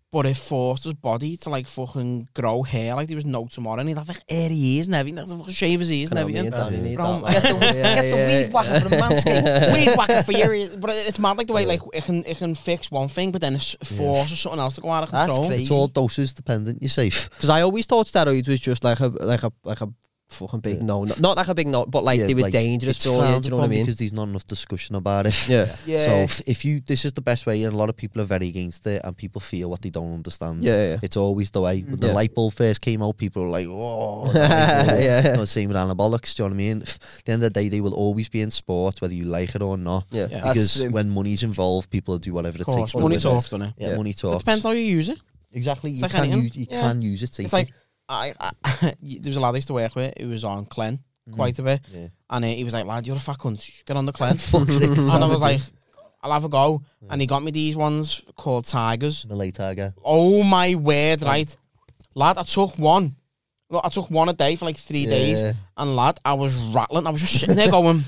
but it forced his body to like fucking grow hair like there was no tomorrow. And he'd have like hairy ears and everything. He'd have to fucking shave his ears and
Can't
everything.
need that, you need
Bro,
that.
get the, get the weed whacker for the manscape. weed whacker for your ears. But it's mad like the way like it can it can fix one thing, but then it s- forces something else to go out of
That's
control.
crazy.
It's all doses dependent, you're safe.
Because I always thought steroids was just like a like a like a fucking big no, no, not like a big no, but like
Yeah,
they were
like,
dangerous
it's
for you.
frowned
Do you know what I
upon
mean?
Because there's not enough discussion about it.
Yeah.
Yeah.
So if, if you, this is the best way, and a lot of people are very against it, and people feel what they don't understand.
Yeah, yeah, yeah.
It's always the way. When the
Yeah.
light bulb first came out, people were like, "Oh,
Yeah.
You know, same with anabolics. Do you know what I mean? At the end of the day, they will always be in sport, whether you like it or not.
Yeah.
Yeah.
Because
That's true.
when money's involved, people do whatever
Of
it takes.
course,
to
money
win it.
talks, doesn't it?
Yeah,
Yeah.
money
It
talks.
depends how you use it.
Exactly. You
like
can
anything.
use. You
Yeah.
can use it.
It's
safely.
like I, I there was a lad I used to work with who was on Clen quite a bit,
Mm. Yeah.
and uh, he was like, "Lad, you're a fat cunt. Get on the Clen."
Fuck this.
and I was like, "I'll have a go," and he got me these ones called Tigers.
Malay tiger.
Oh my word, right, lad! I took one. Look, I took one a day for like three days,
Yeah.
and lad, I was rattling. I was just sitting there going,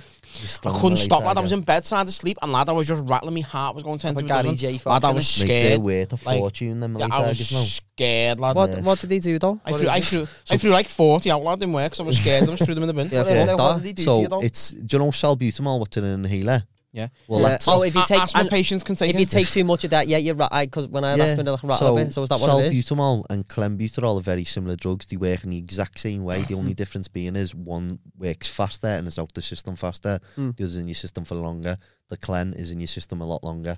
I couldn't stop, lad. I was in bed trying to sleep, and lad, I was just rattling. My heart was going ten to
Like
a
Gary
Uh-huh.
dozen.
J.
Lad,
Fox.
I was
innit?
Make their
scared.
worth a
Like,
fortune, them
Yeah,
military
I
tigers now.
was scared, lad.
Yeah.
What, what did he do though?
I
What
threw,
is
I
it?
threw, I threw like 40 out loud in work, so I was scared. I just threw them in the bin.
Yeah,
What-
yeah,
what- what did he
that.
do to
So
you, though?
it's do you know salbutamol, what's in an inhaler?
Yeah.
Well,
Yeah.
that's
Oh, if you
A-
take
asthma
one-
patients can take
If you
it.
take too much of that, yeah, you're right. Because when I last went to the rattle
so,
bit, so is that what it is?
salbutamol and clenbuterol are very similar drugs. They work in the exact same way. The only difference being is one works faster and is out the system faster.
Hmm.
The other's in your system for longer. The clen is in your system a lot longer.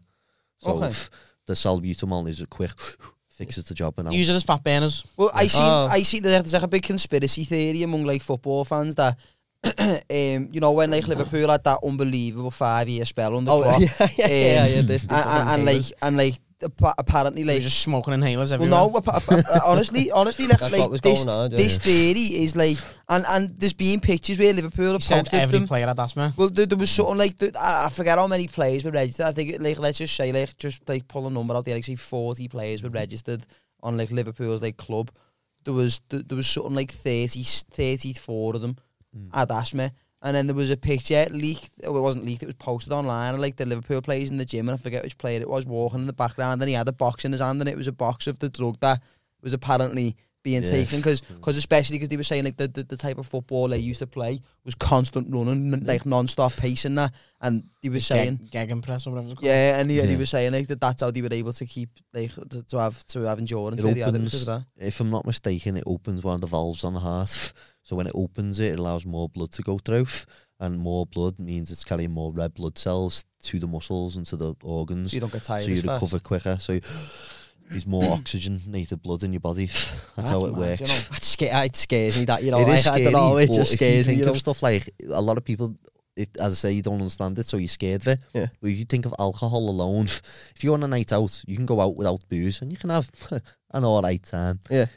So
Okay.
f- the salbutamol is a quick fixes the job and out.
Use it as fat burners.
Well, I see.
Oh.
I see. There's, there's like a big conspiracy theory among like football fans that, um, you know, when like Liverpool had that unbelievable five year spell under
Oh,
Klopp,
yeah, yeah, yeah, yeah,
Um,
yeah. This,
and, and, and like and like appa- apparently
They were
like
just smoking inhalers
well
everywhere.
no appa- appa- honestly honestly like,
That's
like,
what was
this
going on, yeah.
this theory is like and and there's been pictures where Liverpool
He
have
said
posted
every
them.
player had asthma.
Well, there, there was something like th- I, I forget how many players were registered. I think it, like let's just say like just like pull a number out. The like say forty players were registered on like Liverpool's like club. There was th- there was something like 30, 34 of them had asthma, and then there was a picture leaked. Oh, it wasn't leaked. It was posted online. of, Like the Liverpool players in the gym, and I forget which player it was walking in the background, and he had a box in his hand, and it was a box of the drug that was apparently being
Yeah.
taken because because especially because they were saying like the, the, the type of football they used to play was constant running n- like non-stop pacing that and he was saying
Geg- Gegenpress or whatever it's called.
yeah and he, and he
Yeah.
was saying like that that's how they were able to keep like to, to have to have endurance
It
really, had it
opens,
because of that.
if I'm not mistaken, it opens one of the valves on the heart. So when it opens it, it allows more blood to go through. And more blood means it's carrying more red blood cells to the muscles and to the organs.
so you don't get tired
so you
as fast.
recover quicker. So there's more oxygenated blood in your body. That's, how it works.
That sca- it scares me that you know.
It is
Oh, I,
scary,
I don't know. It
but
just
if you
scares me.
think
You know?
of stuff like a lot of people, if, as I say, you don't understand it, so you're scared of it.
Yeah.
But if you think of alcohol alone, if you're on a night out, you can go out without booze and you can have an all right time.
Yeah.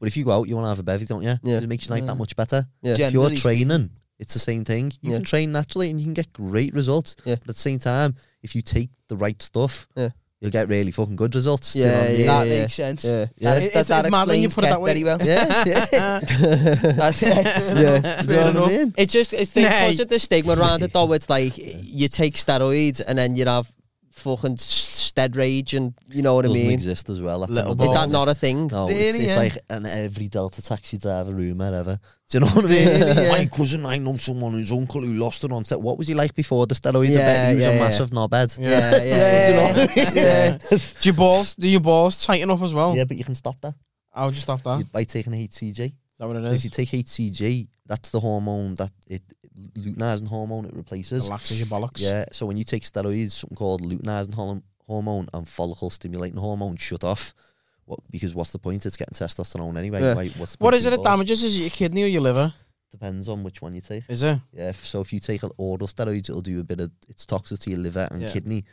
But if you go out, you want to have a bevy, don't you?
Yeah.
It makes your night
Yeah.
that much better.
Yeah.
If you're
Generally
training, it's the same thing. You
Yeah.
can train naturally and you can get great results.
Yeah.
But at the same time, if you take the right stuff,
Yeah.
you'll get really fucking good results. Do you know
Yeah,
what I mean?
yeah,
that
yeah.
makes sense
Yeah.
That,
It-
that,
it's-
that
it's mad when you
explains
put it
Kev
that way.
very well
Yeah, yeah.
That's it.
yeah.
Do you know what I mean?
It's just it's the,
Nay.
because of the stigma around it though. It's like you take steroids and then you have fucking stead rage and you know what I
doesn't
mean.
exist as well. That's
Little
another
Is that
one.
not a thing?
Oh. No, it's, it's
Really, yeah.
like an every Delta taxi driver rumor ever. Do you know what I mean?
Really, yeah.
My cousin, I know someone whose uncle who lost it on set. What was he like before the steroids? I
Yeah,
bet he was
yeah,
a
yeah.
massive knobhead. Yeah.
Yeah, yeah.
yeah, yeah.
Do your balls, do your balls tighten up as well?
but you can stop that
I'll just stop that. Is
You- by taking HCG.
that what it
If
is?
you take HCG, that's the hormone that it luteinizing hormone it replaces.
Relaxes your bollocks.
Yeah, so when you take steroids, something called luteinizing hol- hormone and follicle stimulating hormone shut off. What, because what's the point? It's getting testosterone anyway.
Yeah.
Why- what's the
What
point
is
of
it that
involved?
damages? Is it your kidney or your liver?
Depends on which one you take.
Is it?
Yeah, f- so if you take an oral steroids, it'll do a bit of it's toxic to your liver and
Yeah.
kidney.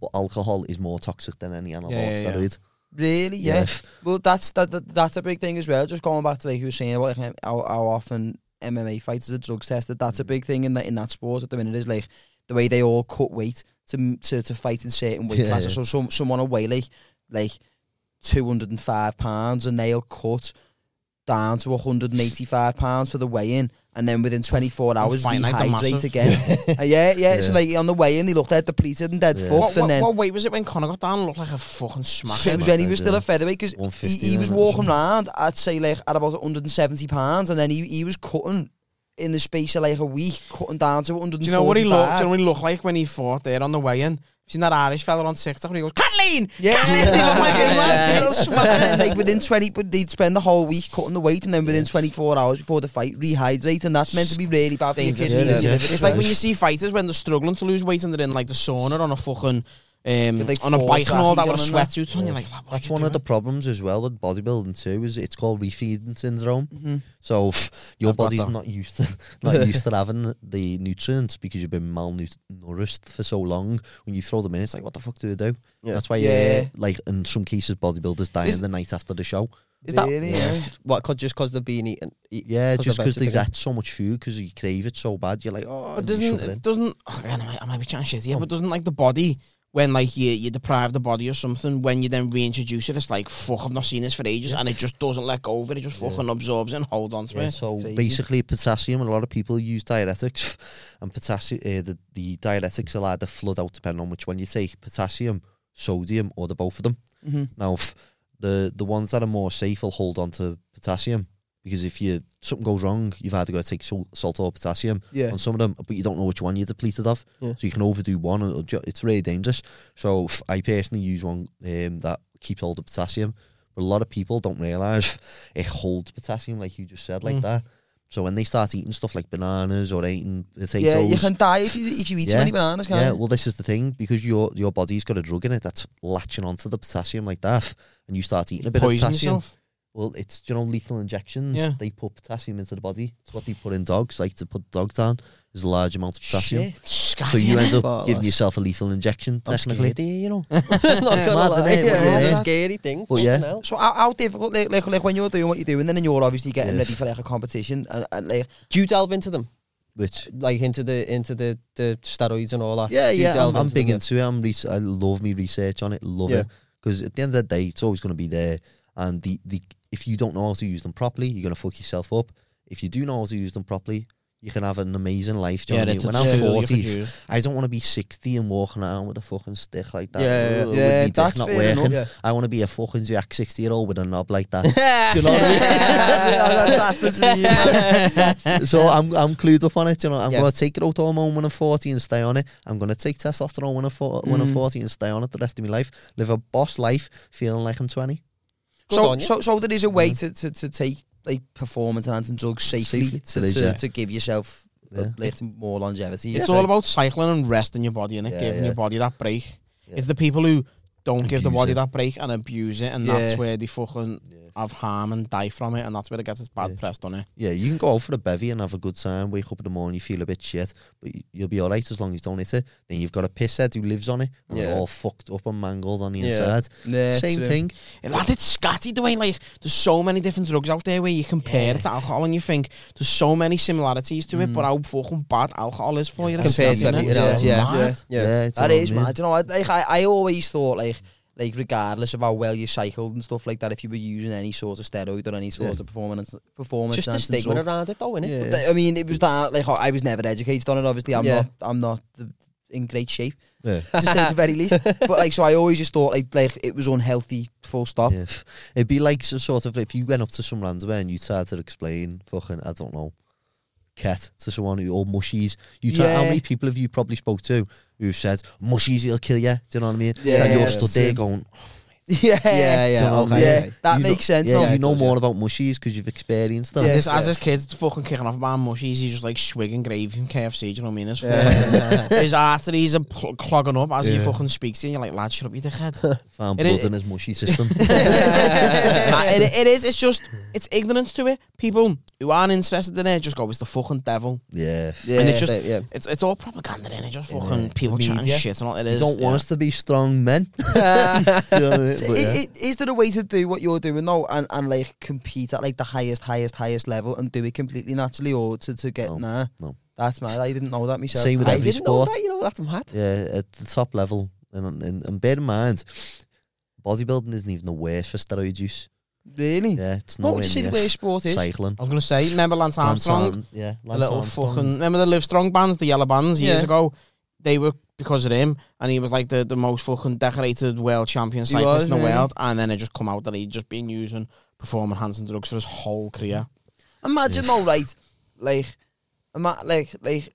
But alcohol is more toxic than any anabolic
Yeah, yeah, yeah.
steroid.
Really, yeah.
Yeah.
Well, that's that, that. That's a big thing as well. Just going back to like you were saying about like, how, how often MMA fighters are drug tested. That's a
Mm.
big thing in that in that sport at the minute. Is like the way they all cut weight to to, to fight in certain weight
Yeah,
classes.
yeah.
So some someone will weigh like like two hundred and five pounds, and they'll cut down to one hundred and eighty five pounds for the weigh in, and then within twenty four hours
fight night, they're
rehydrate
massive.
again. Uh, yeah, yeah, So
Yeah.
like on the weigh in, they looked dead depleted and dead
Yeah.
fucked,
What,
and
what,
then.
what weight was it when Connor got down and looked like a fucking
It
smacker?
was
Fuck,
when he was
yeah.
still a featherweight because he,
150
he was
wasn't it,
walking
wasn't it?
around, I'd say like at about 170 pounds, and then he, he was cutting in the space of like a week, cutting down to 145.
Do you know what he looked? Do you know what he looked like when he fought there on the way in? Seen that Irish fella on TikTok and he goes, Kathleen!
Yeah,
Kathleen! He looked like him, lad. He
Yeah.
looked smack.
And like within 20, but they'd spend the whole week cutting the weight, and then within 24 hours before the fight, rehydrate, and that's meant to be really bad for your
Dangerous.
kidneys
Yeah,
and
yeah.
liver
It's
as
like
well.
when you see fighters when they're struggling to lose weight and they're in like the sauna on a fucking um,
With, like,
on a
four
bike and all that
trackies
with a
on and
sweatsuit on. You're like, "Lad, what are
That's
you
one of the
doing?"
problems as well with bodybuilding too. Is it's called refeeding syndrome. So your
Mm-hmm. I've got
body's
that.
not used to not used to having the nutrients because you've been malnourished for so long. When you throw them in, it's like what the fuck do I do? That's why yeah.
Yeah.
like in some cases bodybuilders die
Is-
the night after the show.
Is that-
Really, yeah.
What? Cause just because they've been eating. eat-
Yeah,
'cause
just
they're
because they
vegetarian.
get so much food because you crave it so bad, you're like, oh,
But
and you shove it in. Um,
doesn't doesn't oh, again, I might, I might be chatting shit here, but doesn't like the body
when like you you deprive the body of something, when you then reintroduce it, it's like fuck, I've not seen this for ages, and it just doesn't let go of it. It just fucking absorbs and holds on to
Yeah,
it.
so
crazy.
basically, potassium. A lot of people use diuretics, and potassium. Uh, the, the diuretics will either flood out depending on which one you take: potassium, sodium, or the both of them.
Mm-hmm.
Mhm.
Now, f- the the ones that are more safe will hold on to potassium because if you something goes wrong, you've either got to take salt, salt or potassium
Yeah.
on some of them, but you don't know which one you're depleted of.
Yeah.
So you can overdo one, and it'll ju- it's really dangerous. So f- I personally use one um, that keeps all the potassium, but a lot of people don't realise it holds potassium, like you just said,
Mm.
like that. So when they start eating stuff like bananas or eating potatoes,
Yeah, you can die if you, if you eat too
Yeah.
many bananas, can't
yeah,
you?
well, this is the thing because your your body's got a drug in it that's latching onto the potassium like that, and you start eating a bit of
Poison
potassium.
yourself.
Well, it's you know lethal injections.
Yeah.
They put potassium into the body. It's what they put in dogs. Like to put dogs down is a large amount of potassium. So you end up
Well,
giving
that's-
yourself a lethal injection.
I'm
technically,
scared of you, you know. I'm not gonna
Mad,
lie.
innit?
Yeah,
Yeah.
it's a scary thing.
But
fucking
yeah.
hell.
So how, how difficult, like, like, like when you're doing what you're doing, then and you're obviously getting
Yeah.
ready for like a competition, and, and like
Do you delve into them?
which
Like into the into the, the steroids and all that?
yeah,
Do you
yeah,
delve
I'm, I'm
into
big
them?
into it. I'm re- I love me research on it. Love
Yeah.
it because at the end of the day, it's always going to be there. And the, the if you don't know how to use them properly, you're going to fuck yourself up. If you do know how to use them properly, you can have an amazing life. Do you
Yeah,
know
that's
what
a
I mean? When I'm
tool you can
40,
use.
I don't want to be 60 and walking around with a fucking stick like that.
Yeah,
Ugh, with me dick
that's
not
fair
working.
enough. Yeah.
I want to be a fucking Jack 60 year old with a knob like that. Do you know what I mean?
yeah, that's literally yeah.
so I'm I'm clued up on it. You know, I'm
Yeah.
gonna take growth hormone when I'm 40 and stay on it. I'm gonna take testosterone when I'm for, when I'm
Mm.
40 and stay on it the rest of my life. Live a boss life, feeling like I'm 20.
Good
So,
on you.
so, so there is a way to, to, to take like performance enhancing drugs safely,
Safely,
to,
there is,
to,
yeah.
to give yourself uh,
Yeah.
like, more longevity.
Yeah.
It's
It's
so-
all about cycling and resting your body, innit?
Yeah,
Giving
yeah.
your body that break.
Yeah.
It's the people who don't give the
Abuse
body
it.
that break and abuse it, and
Yeah.
that's where they fucking have harm and die from it, and that's where it gets its bad
Yeah.
press on it.
Yeah, you can go out for a bevy and have a good time. Wake up in the morning, you feel a bit shit, but y- you'll be all right as long as you don't hit it. Then you've got a pisshead who lives on it, and they're
Yeah.
all fucked up and mangled on the
Yeah.
inside.
yeah,
Same
true.
thing.
And Lad, it's scatty the way, like, there's so many different drugs out there where you compare it to alcohol and you think there's so many similarities to it, but how fucking bad alcohol is for you. that's
Compared to
scary,
everything
innit?
else,
It's
yeah.
mad.
Yeah.
Yeah.
it's
That
what I
is
mean.
mad. You know, I, like I, I always thought like like regardless of how well you cycled and stuff like that, if you were using any sort of steroid or any sort
Yeah.
of performance performance
Just the
enhancing
stigma
drug.
around it, though, innit?
Yeah.
Th- I mean, it was that like I was never educated on it. Obviously, I'm
Yeah.
not. I'm not the, in great shape
Yeah.
to say the very least. But like, so I always just thought like like it was unhealthy. Full stop.
Yeah. It'd be like so sort of if you went up to some random and you tried to explain fucking I don't know cat to someone who or mushies. You try, how
Yeah.
many people have you probably spoke to who've said mushies he'll kill you? Do you know what I mean?
Yeah,
and you're
that's
stood there
true.
going,
Yeah,
Yeah,
do you know
yeah,
what I
okay.
mean?
Yeah,
okay.
that
You know-
makes sense.
Yeah,
though.
you know
does, yeah.
more about mushies because you've experienced them.
Yeah.
This, as his kid's fucking kicking off about mushies, he's just dus, like swigging gravy from KFC, do you know what I mean? His, fucking- his arteries are pl- clogging up as he
Yeah.
fucking speaks to you, and you're like, lad, shut up, you dickhead.
Found
It
blood
is-
in his mushy system.
Nah, it, it is, it's just, it's ignorance to it. People who aren't interested in it just go, it's the fucking devil.
yeah.
Yeah.
and it's just,
Yeah. yeah.
it's, it's all propaganda, and it just fucking people
The
chatting
media.
shit and all it
You
is.
don't want us to be strong men. Do you know what I mean?
So
But
i-
yeah.
i- is there a way to do what you're doing though, and, and like compete at like the highest, highest, highest level, and do it completely naturally, or to, to get
No,
nah?
no.
that's mad. I didn't know that myself.
Same with
I
I
every
didn't know
sport.
that, you know, that's mad.
Yeah, at the top level. And, and, and bear in mind, bodybuilding isn't even the worst for steroid use.
Really?
Yeah, it's
What
nowhere
would you say the
near
way sport is?
cycling.
I was going to say, remember Lance Armstrong?
Lance Arm- yeah,
the
Lance
little
Armstrong.
fucking remember the Livestrong bands, the yellow bands years
Yeah.
ago. They were because of him, and he was like the, the most fucking decorated world champion
He
cyclist
was,
in the
yeah.
world. And then it just come out that he'd just been using performance enhancing drugs for his whole career.
Imagine though, right? Like, ima- like, like,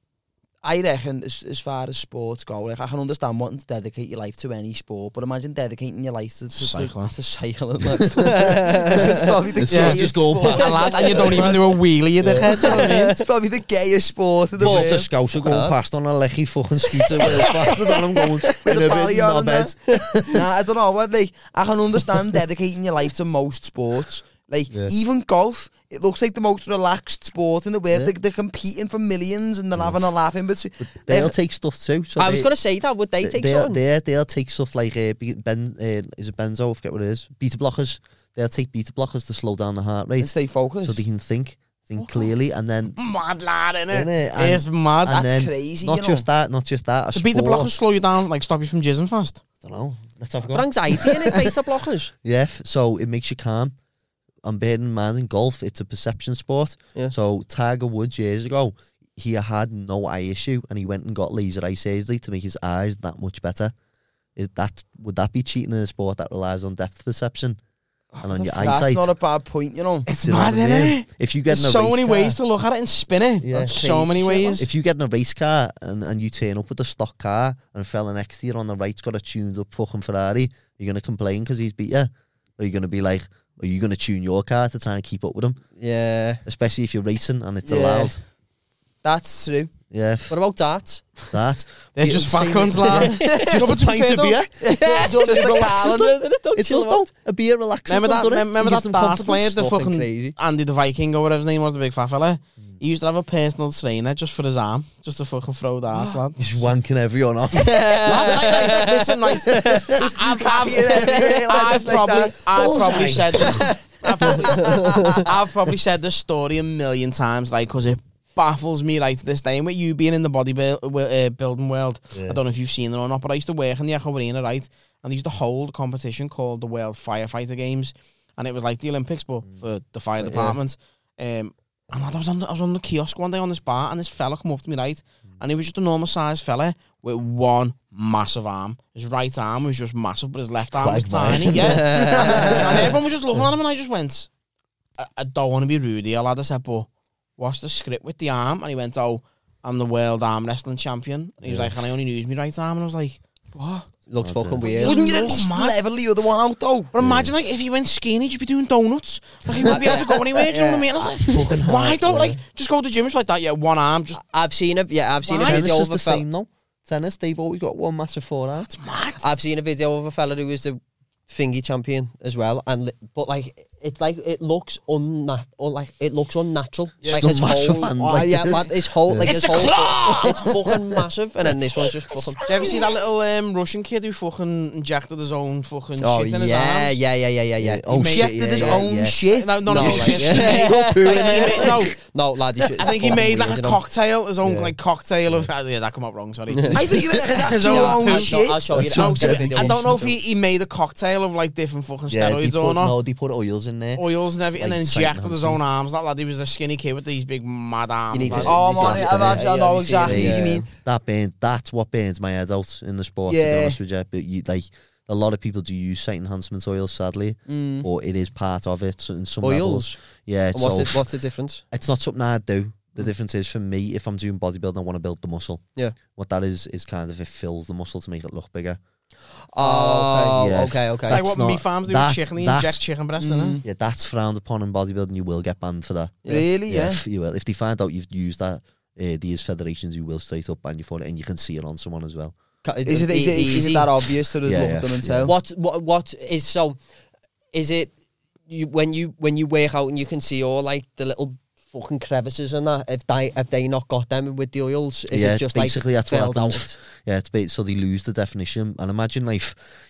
I reckon as, as far as sports go, like I can understand wanting to dedicate your life to any sport, but imagine dedicating your life to, to,
Cycling.
to, to cycling. Like, it's probably the
Yeah,
gayest
just go
sport.
and, lad, and you don't even do a wheelie, you dickhead. Do you know what I mean?
It's probably the gayest sport in the
Paul
world.
the Scouser
hell.
going past on a leggy fucking scooter with his faster than I'm going. With
a belly on and nah, I don't know. But like, I can understand dedicating your life to most sports. Like
Yeah.
even golf, it looks like the most relaxed sport in the world.
Yeah.
They, they're competing for millions and they're having a laugh in between.
They'll take stuff too. So
I was
they-
going to say that. Would they take
they'll,
something?
they'll, they'll take stuff like uh, be- ben, uh, is it benzo? I forget what it is. Beta blockers. They'll take beta blockers to slow down the heart
and
rate
stay focused.
so they can think. think clearly, and then
Mad lad, innit?
innit, and,
It's mad.
and then
That's crazy,
Not
you know.
just that, not just that. A
The beta
sport.
blockers slow you down, like stop you from jizzing fast.
I don't know. Let's have a
But
go.
anxiety in it, beta blockers.
Yeah, f- so it makes you calm. And bearing in mind, in golf, it's a perception sport.
Yeah.
So Tiger Woods years ago, he had no eye issue, and he went and got laser eye surgery to make his eyes that much better. Is that would that be cheating in a sport that relies on depth perception and on your
That's
eyesight?
not a bad point, you know.
It's
Do you know
mad,
what I mean?
innit?
If you get
There's
in a
so
race
many
car-
ways to look at it and spin it.
Yeah. That's
So many ways.
If you get in a race car and, and you turn up with a stock car and a fella next to you on the right's got a tuned up fucking Ferrari, you're going to complain because he's beat you? Or are you going to be like, are you going to tune your car to try and keep up with him?
Yeah.
Especially if you're racing and it's
Yeah.
allowed.
That's true.
Yeah, f-
What about that?
that.
They're
Yeah,
just
same
fat cunts,
with-
lad.
Just a pint of beer.
just the calendar.
It does though. A beer relaxes
Remember
them,
that?
doesn't it?
Remember
It gives
that
them
Darth player,
confidence.
the
Fucking
fucking
crazy.
Andy the Viking or whatever his name was, the big fat fella. He used to have a personal trainer just for his arm, just to fucking throw darts, lad.
He's wanking everyone off.
Lad, like, like, listen, like, I've, I've, I've probably, I've probably said this. I've probably, I've probably said this story a million times, like, because it baffles me right to this day. And with you being in the bodybuilding uh, building world,
Yeah.
I don't know if you've seen it or not, but I used to work in the Echo Arena, right? And they used to hold a competition called the World Firefighter Games. And it was like the Olympics, but for the fire department. Um, and lad, I was, on the, I was on the kiosk one day on this bar, and this fella come up to me, right? And he was just a normal sized fella with one massive arm. His right arm was just massive, but his left arm was
Quagmire.
tiny. Yeah. and everyone was just looking at him, and I just went, I, I don't want to be rude here, lad. I said, but what's the script with the arm? And he went, oh, I'm the world arm wrestling champion. And he was like, and I only use my right arm. And I was like, what?
Looks
Oh,
fucking
dear.
weird.
Wouldn't you
Yeah.
at least level the other one out though?
But imagine like if he went skinny, you'd be doing donuts. Like he wouldn't be able to go anywhere. Do you know what I mean? And I was like, why don't like just go to the gym? It's like that. Yeah, one arm. Just
I've seen a yeah, I've seen a
Tennis
video
is
of a
the
fella.
same though. Tennis, they've always got one massive forearm.
it's mad.
I've seen a video of a fella who was the thingy champion as well, and li- but like it's like it looks unnat or like it looks unnatural.
Just
Like
a
his
massive
whole,
hand,
oh,
like
yeah,
this.
lad, his whole like
It's
his
a
whole
claw.
it's fucking massive, and then this one's just fucking.
Do you ever see that little um, Russian kid who fucking injected his own fucking
Oh
shit in his
yeah,
arms?
yeah, yeah, yeah, yeah, yeah.
Oh shit!
Injected
yeah,
his
yeah,
own
yeah.
shit.
No, no, no.
No,
like-
like-
Yeah. He made- no,
No, lad, he should,
I think he
fucking
made like a
weird, you know.
cocktail, his own
Yeah.
like cocktail of. uh, Yeah, that come up wrong. Sorry.
I think you meant like his
own
actual
arm.
own
I'll show,
shit.
I'll show you.
That's
that.
what I'm saying.
I don't know if he, he made a cocktail of like different fucking
Yeah, they
steroids Oh,
put,
or not.
No, they put oils in there.
Oils and everything,
Like
and
Satan
injected his
arms.
own arms. That lad, he was a skinny kid with these big mad arms.
need to
like-
see-
Oh
It's
man,
like-
I've, I've,
Yeah,
I
yeah,
know
yeah.
exactly what
Yeah.
you mean.
uh, That burns. That's what burns my head out in the sport. To
Yeah.
be honest with you, but you, like a lot of people do use site enhancement oils, sadly, or it is part of it. So in some levels,
Oils.
yeah.
And
So
What's the, what's the difference?
it's not something I do. The difference is for me, if I'm doing bodybuilding, I want to build the muscle.
Yeah.
What that is is kind of it fills the muscle to make it look bigger.
Oh,
Yeah,
okay,
it's
okay.
It's like what
That's
me
not-
farms do
that- mm,
with chicken. They
that's-
inject chicken breast in it.
Yeah, that's frowned upon in bodybuilding. You will get banned for that.
Really?
Yeah, f- you will. If they find out you've used that, uh, these federations, you will straight up ban you for it, and you can see it on someone as well.
Is it
E-,
is it is it that obvious to
Yeah,
look
yeah,
at them and
yeah.
tell?
What what what is so? Is it you, when you when you work out and you can see all like the little fucking crevices and that? If they if they not got them with the oils, is
yeah,
it just
basically
like
that's what
filled
happens.
out?
Yeah, it's ba- so they lose the definition. And imagine like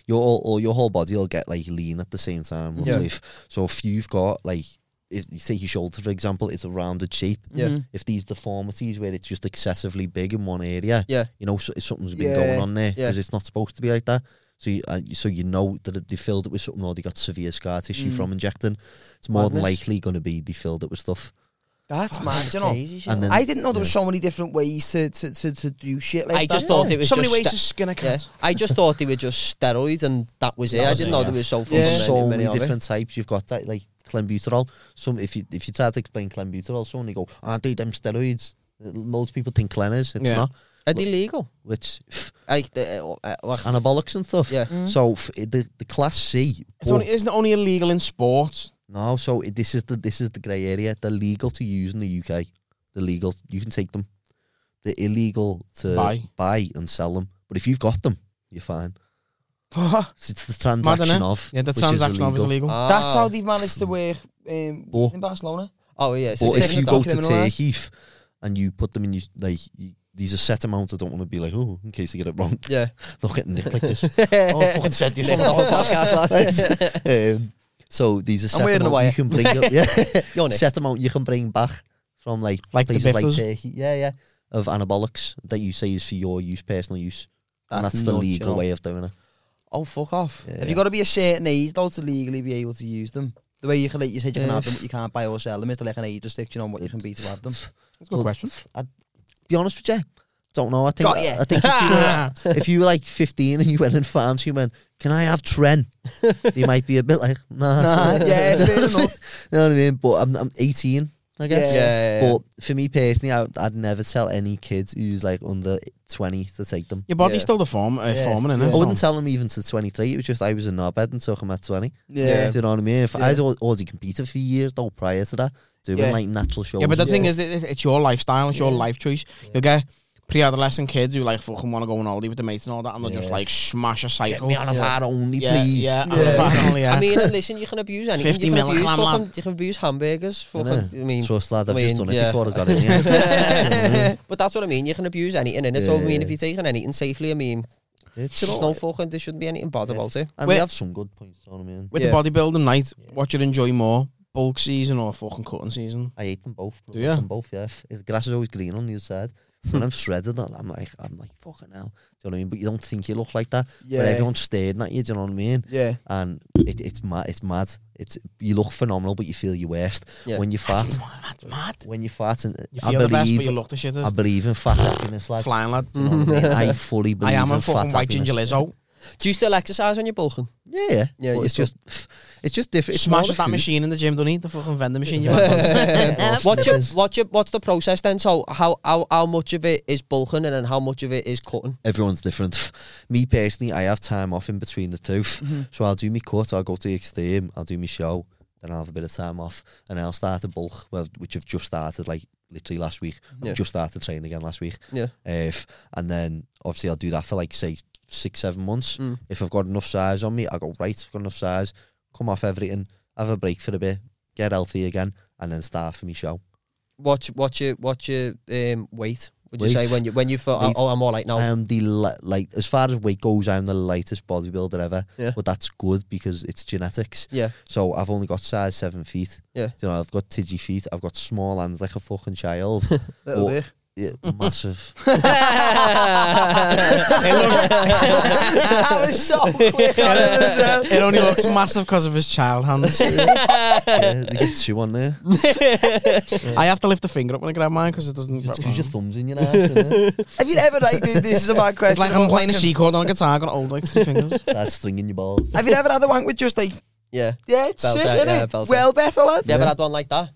your all, or your whole body will get like lean at the same time. roughly. If- So if you've got like if you take your shoulder for example, it's a rounded shape.
Yeah.
If these deformities where it's just excessively big in one area,
Yeah.
you know so, something's been
Yeah,
going on there
yeah.
because it's not supposed to be like that. So you, uh, so you know that it- they filled it with something or they got severe scar tissue from injecting. It's more than
Mm. Madness.
likely going to be they filled it with stuff.
That's mad, you know.
Crazy shit.
And then
I didn't know there were so many different ways to to, to, to do shit like
I
that.
just thought it was
So many
just
ways
sta-
to skin a
yeah.
cat.
I just thought they were just steroids and that was it. I
was
didn't
it,
know
yeah.
there was so fucking
There's
many,
so
many
many
of it.
different types. You've got that like clenbuterol. Some if you if you try to explain clenbuterol, someone they go, "Oh, "Aren't they them steroids?" Most people think clen is. It's
Yeah.
not.
Are they legal?
Which pff,
Like the, uh, uh, what-
anabolics and stuff.
Yeah.
So f- the the class C.
Mm-hmm. It's
but-
only, isn't it only illegal in sports?
no, so it- this is the this is the grey area. They're legal to use in the UK. They're legal. You can take them. They're illegal to
Buy.
buy and sell them. But if you've got them, you're fine. So it's the transaction
innit?
of
Yeah, the
which is
transaction of is illegal.
illegal.
That's
Ah.
how they've managed to work um,
Oh.
in Barcelona.
Oh yeah. So
But
it's
if you
different
go
stuff.
to
criminalised.
Tear Heath and you put them in, you, like you, these are set amounts. I don't want to be like, oh, in case you get it wrong,
yeah.
they'll get nicked like this. oh, I fucking said this on the
Podcast, lad.
podcast. um, So these are set
wearing a
amount
wire.
you can bring. yeah,
You're Nick.
set amount you can bring back from like,
Like the
places like
biffers?
Turkey. Yeah, yeah, of anabolics that you say is for your use, personal use, and
That's
that's the
nuts, you
legal
know.
way of doing it.
Oh, fuck off.
Yeah,
Have you
yeah.
got to be a certain age, though, to legally be able to use them? The way you can, like you said, you can
Yeah.
have them, but you can't buy or sell them. Is there like an age restriction on what you can be to have them?
That's a good
Well,
question.
Be honest with you, don't know. I think
Got ya.
I think if you, were, if you were like 15 and you went in farms, you went, "Can I have Tren?" you might be a bit like, "Nah,
Nah,
sorry."
yeah, fair enough.
you know what I mean? But I'm, I'm 18, I guess.
Yeah.
But for me personally, I, I'd never tell any kids who's like under 20 to take them.
Your body's
yeah.
still the form, uh,
Yeah.
forming,
I
innit?
wouldn't
So-
tell them even to 23. It was just I was in bed and took them at 20.
Yeah.
Do you know what I mean? If
Yeah.
I'd al- already competed for years though prior to that, doing
Yeah.
like natural shows.
Yeah, but the
and
thing
stuff.
is, it, it's your lifestyle, it's your life choice. You'll get pre-adolescent kids who like fucking want to go on holiday with the mates and all that, and they'll just
Yeah.
like smash a
get
cycle.
me on a
yeah.
VAR only,
yeah,
please.
yeah, on a vinyl, yeah.
I mean, listen, you can abuse anything.
50
you can abuse
milligram,
fucking, you can abuse hamburgers. Fucking, I
Innit?
mean,
Trust lad, I've
I
just
mean,
done it
yeah.
before I got in here.
but that's what I mean. You can abuse anything, and it's
Yeah,
all. I mean,
yeah.
if you're taking anything safely, I mean,
It's
there's
all
no
right.
fucking. There shouldn't be anything bad
Yeah.
about it.
And
Wait.
they have some good points, you know what I mean?
With
Yeah.
the bodybuilding night, what you enjoy more, bulk season or fucking cutting season?
I hate them both. but
Do
I
ya?
love them both, yeah. If- if The grass is always green on the other side. When I'm shredded, I'm like, I'm like, fucking hell. Do you know what I mean? But you don't think you look like that. But
Yeah.
everyone's staring at you, do you know what I mean?
Yeah.
and it, it's mad. It's mad. It's you look phenomenal, but you feel your worst
Yeah.
when you're fat.
That's mad.
When you're fat, and
You
I
feel the best, but you
believe
look the
I
shittest.
believe in fat happiness. Like,
Flying lad.
you know what I, mean? I fully believe
Mhm. I am
in
a
fat
fucking white ginger
happiness.
Lizzo.
Do you still exercise when you're bulking?
Yeah, yeah.
Yeah,
But
you
it's
still-
just, it's just different. It's more
Smashes
the
that
food.
machine in the gym, don't he? The fucking vending machine. you
What's your,
Snickers.
what's your, what's the process then? So how, how, how much of it is bulking, and then how much of it is cutting?
Everyone's different. Me personally, I have time off in between the 2
Mm-hmm.
so I'll do my cut. I'll go to the extreme. I'll do my show. Then I'll have a bit of time off, and I'll start a bulk, well, which I've just started like literally last week.
Yeah.
I've just started training again last week.
Yeah.
If and then obviously I'll do that for like say six, seven months.
Mm.
If I've got enough size on me, I go right. I've got enough size. Come off everything. Have a break for a bit. Get healthy again, and then start for me show.
What's what's your what's your um, weight? Would you
Weight?
say when you when you thought, oh,
Weight. Um,
oh, I'm all right now?
I am the li- like as far as weight goes, I'm the lightest bodybuilder ever.
Yeah.
But that's good because it's genetics.
Yeah.
So I've only got size seven feet.
Yeah.
You know, I've got tidgy feet. I've got small hands like a fucking child.
Little
Or-
bit.
Yeah, massive.
that was so quick.
It only looks massive because of his child hands.
yeah, they get two on there.
I have to lift a finger up when I grab mine because it doesn't.
Just use your thumbs in your ass. innit?
Have you ever like th- this is a bad question?
It's like
but
I'm playing a
wanking.
C chord on a guitar. I got old like three fingers.
Start stringing your balls.
Have you ever had a wank with just like
yeah,
yeah, it's
Belt
sick,
out,
innit?
yeah, belt out.
well better lad.
never had one like that.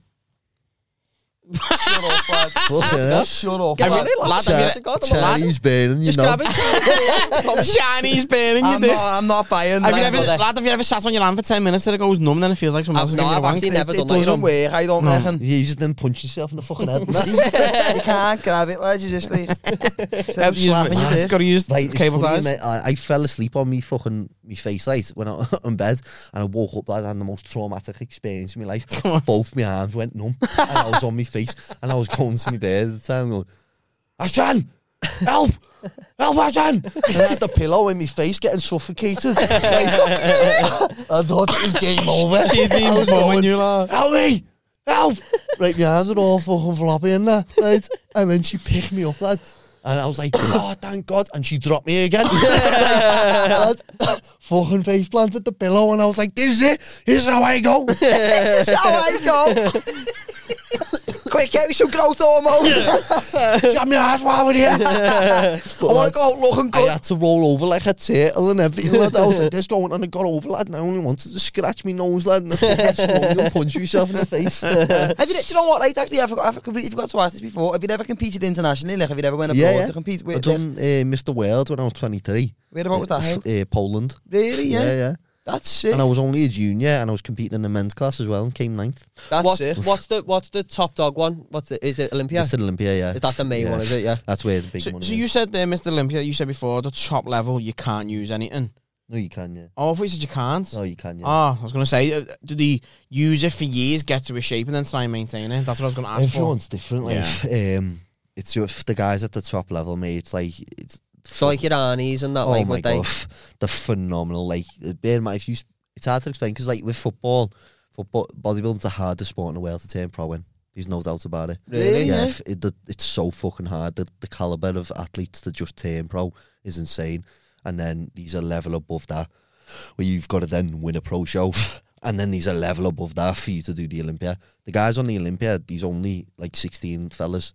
Shut up, lad.
Fucking hell.
Shut up.
Get
lad.
it, lad.
Chi-
Swear to God, I'm all right.
Chinese burning, you
Just
know.
grab it.
Chinese burning,
I'm not, I'm not buying
Have you
that.
ever,
brother.
lad? Have you ever sat on your hand for ten minutes and it goes numb? Then it feels like someone else
I've,
is
no,
giving you a
I've
wank.
actually never
it,
done
it
that. you know.
doesn't work, I don't
No.
reckon.
Yeah, you just then punch yourself in the fucking head.
you can't grab it, lad. You just like instead of slapping you
It's
there.
got to use
Like, it's
cable
funny,
ties.
mate, I, I fell asleep on me fucking me face light when I was in bed, and I woke up lad, and I had the most traumatic experience in my life. Both my hands went numb, and I was on my face, and I was going to my bed at the time, going, "Afshan, help, help, Afshan!" And I had the pillow in my face, getting suffocated. Like, I thought it was game over. I was going,
you, lad.
help me, help. Right, my hands were all fucking floppy in there, right? And then she picked me up, lad. And I was like, oh, thank God. And she dropped me again. Lad, fucking face planted the pillow. And I was like, this is it. This is how I go.
This is how I go. Quick, get me some growth hormones.
Jam my ass while we're here. But, oh,
I want
lad,
to go out looking
I
good.
had to roll over like a turtle and everything. Lad. I was like, this going. And I got over, lad. And I only wanted to scratch my nose, lad. And I fucking swung and punched myself in the face.
Have you, do you know what? Like, actually, I forgot, I completely forgot to ask this before. Have you ever competed internationally? Like, have you ever went abroad
Yeah, yeah.
to compete?
I
Where, where,
done uh, Mr. World when I was 23.
whereabout was that? held?
Uh, Poland.
Really? Yeah.
yeah, yeah.
That's sick.
And I was only a junior, and I was competing in the men's class as well, and came ninth.
That's
What's,
it.
what's the what's the top dog one? What's it? Is it Olympia?
It's an Olympia, yeah.
Is that the main
Yeah.
one? Is it? Yeah.
That's where the big
So,
money.
so
is.
you said there, Mr. Olympia, you said before, the top level, you can't use anything.
no, you can, yeah.
Oh, I thought you said you can't.
No, you can, yeah.
Ah,
Oh, I was going to say, uh, do they use it for years, get to a shape, and then try and maintain it? That's what I was going to ask for.
Everyone's different. Like, um, it's your, the guys at the top level, mate. It's like it's
So like your Arnie's and that.
oh
like
my
what they.
god, the phenomenal. Like, bear in mind if you It's hard to explain because, like, with football, football bodybuilding's the hardest sport in the world to turn pro in. There's no doubt about it.
Really?
Yeah, f- it, the- it's so fucking hard. The, the caliber of athletes that just turn pro is insane. And then these are level above that, where you've got to then win a pro show. And then these are level above that for you to do the Olympia. The guys on the Olympia, these only like 16 fellas,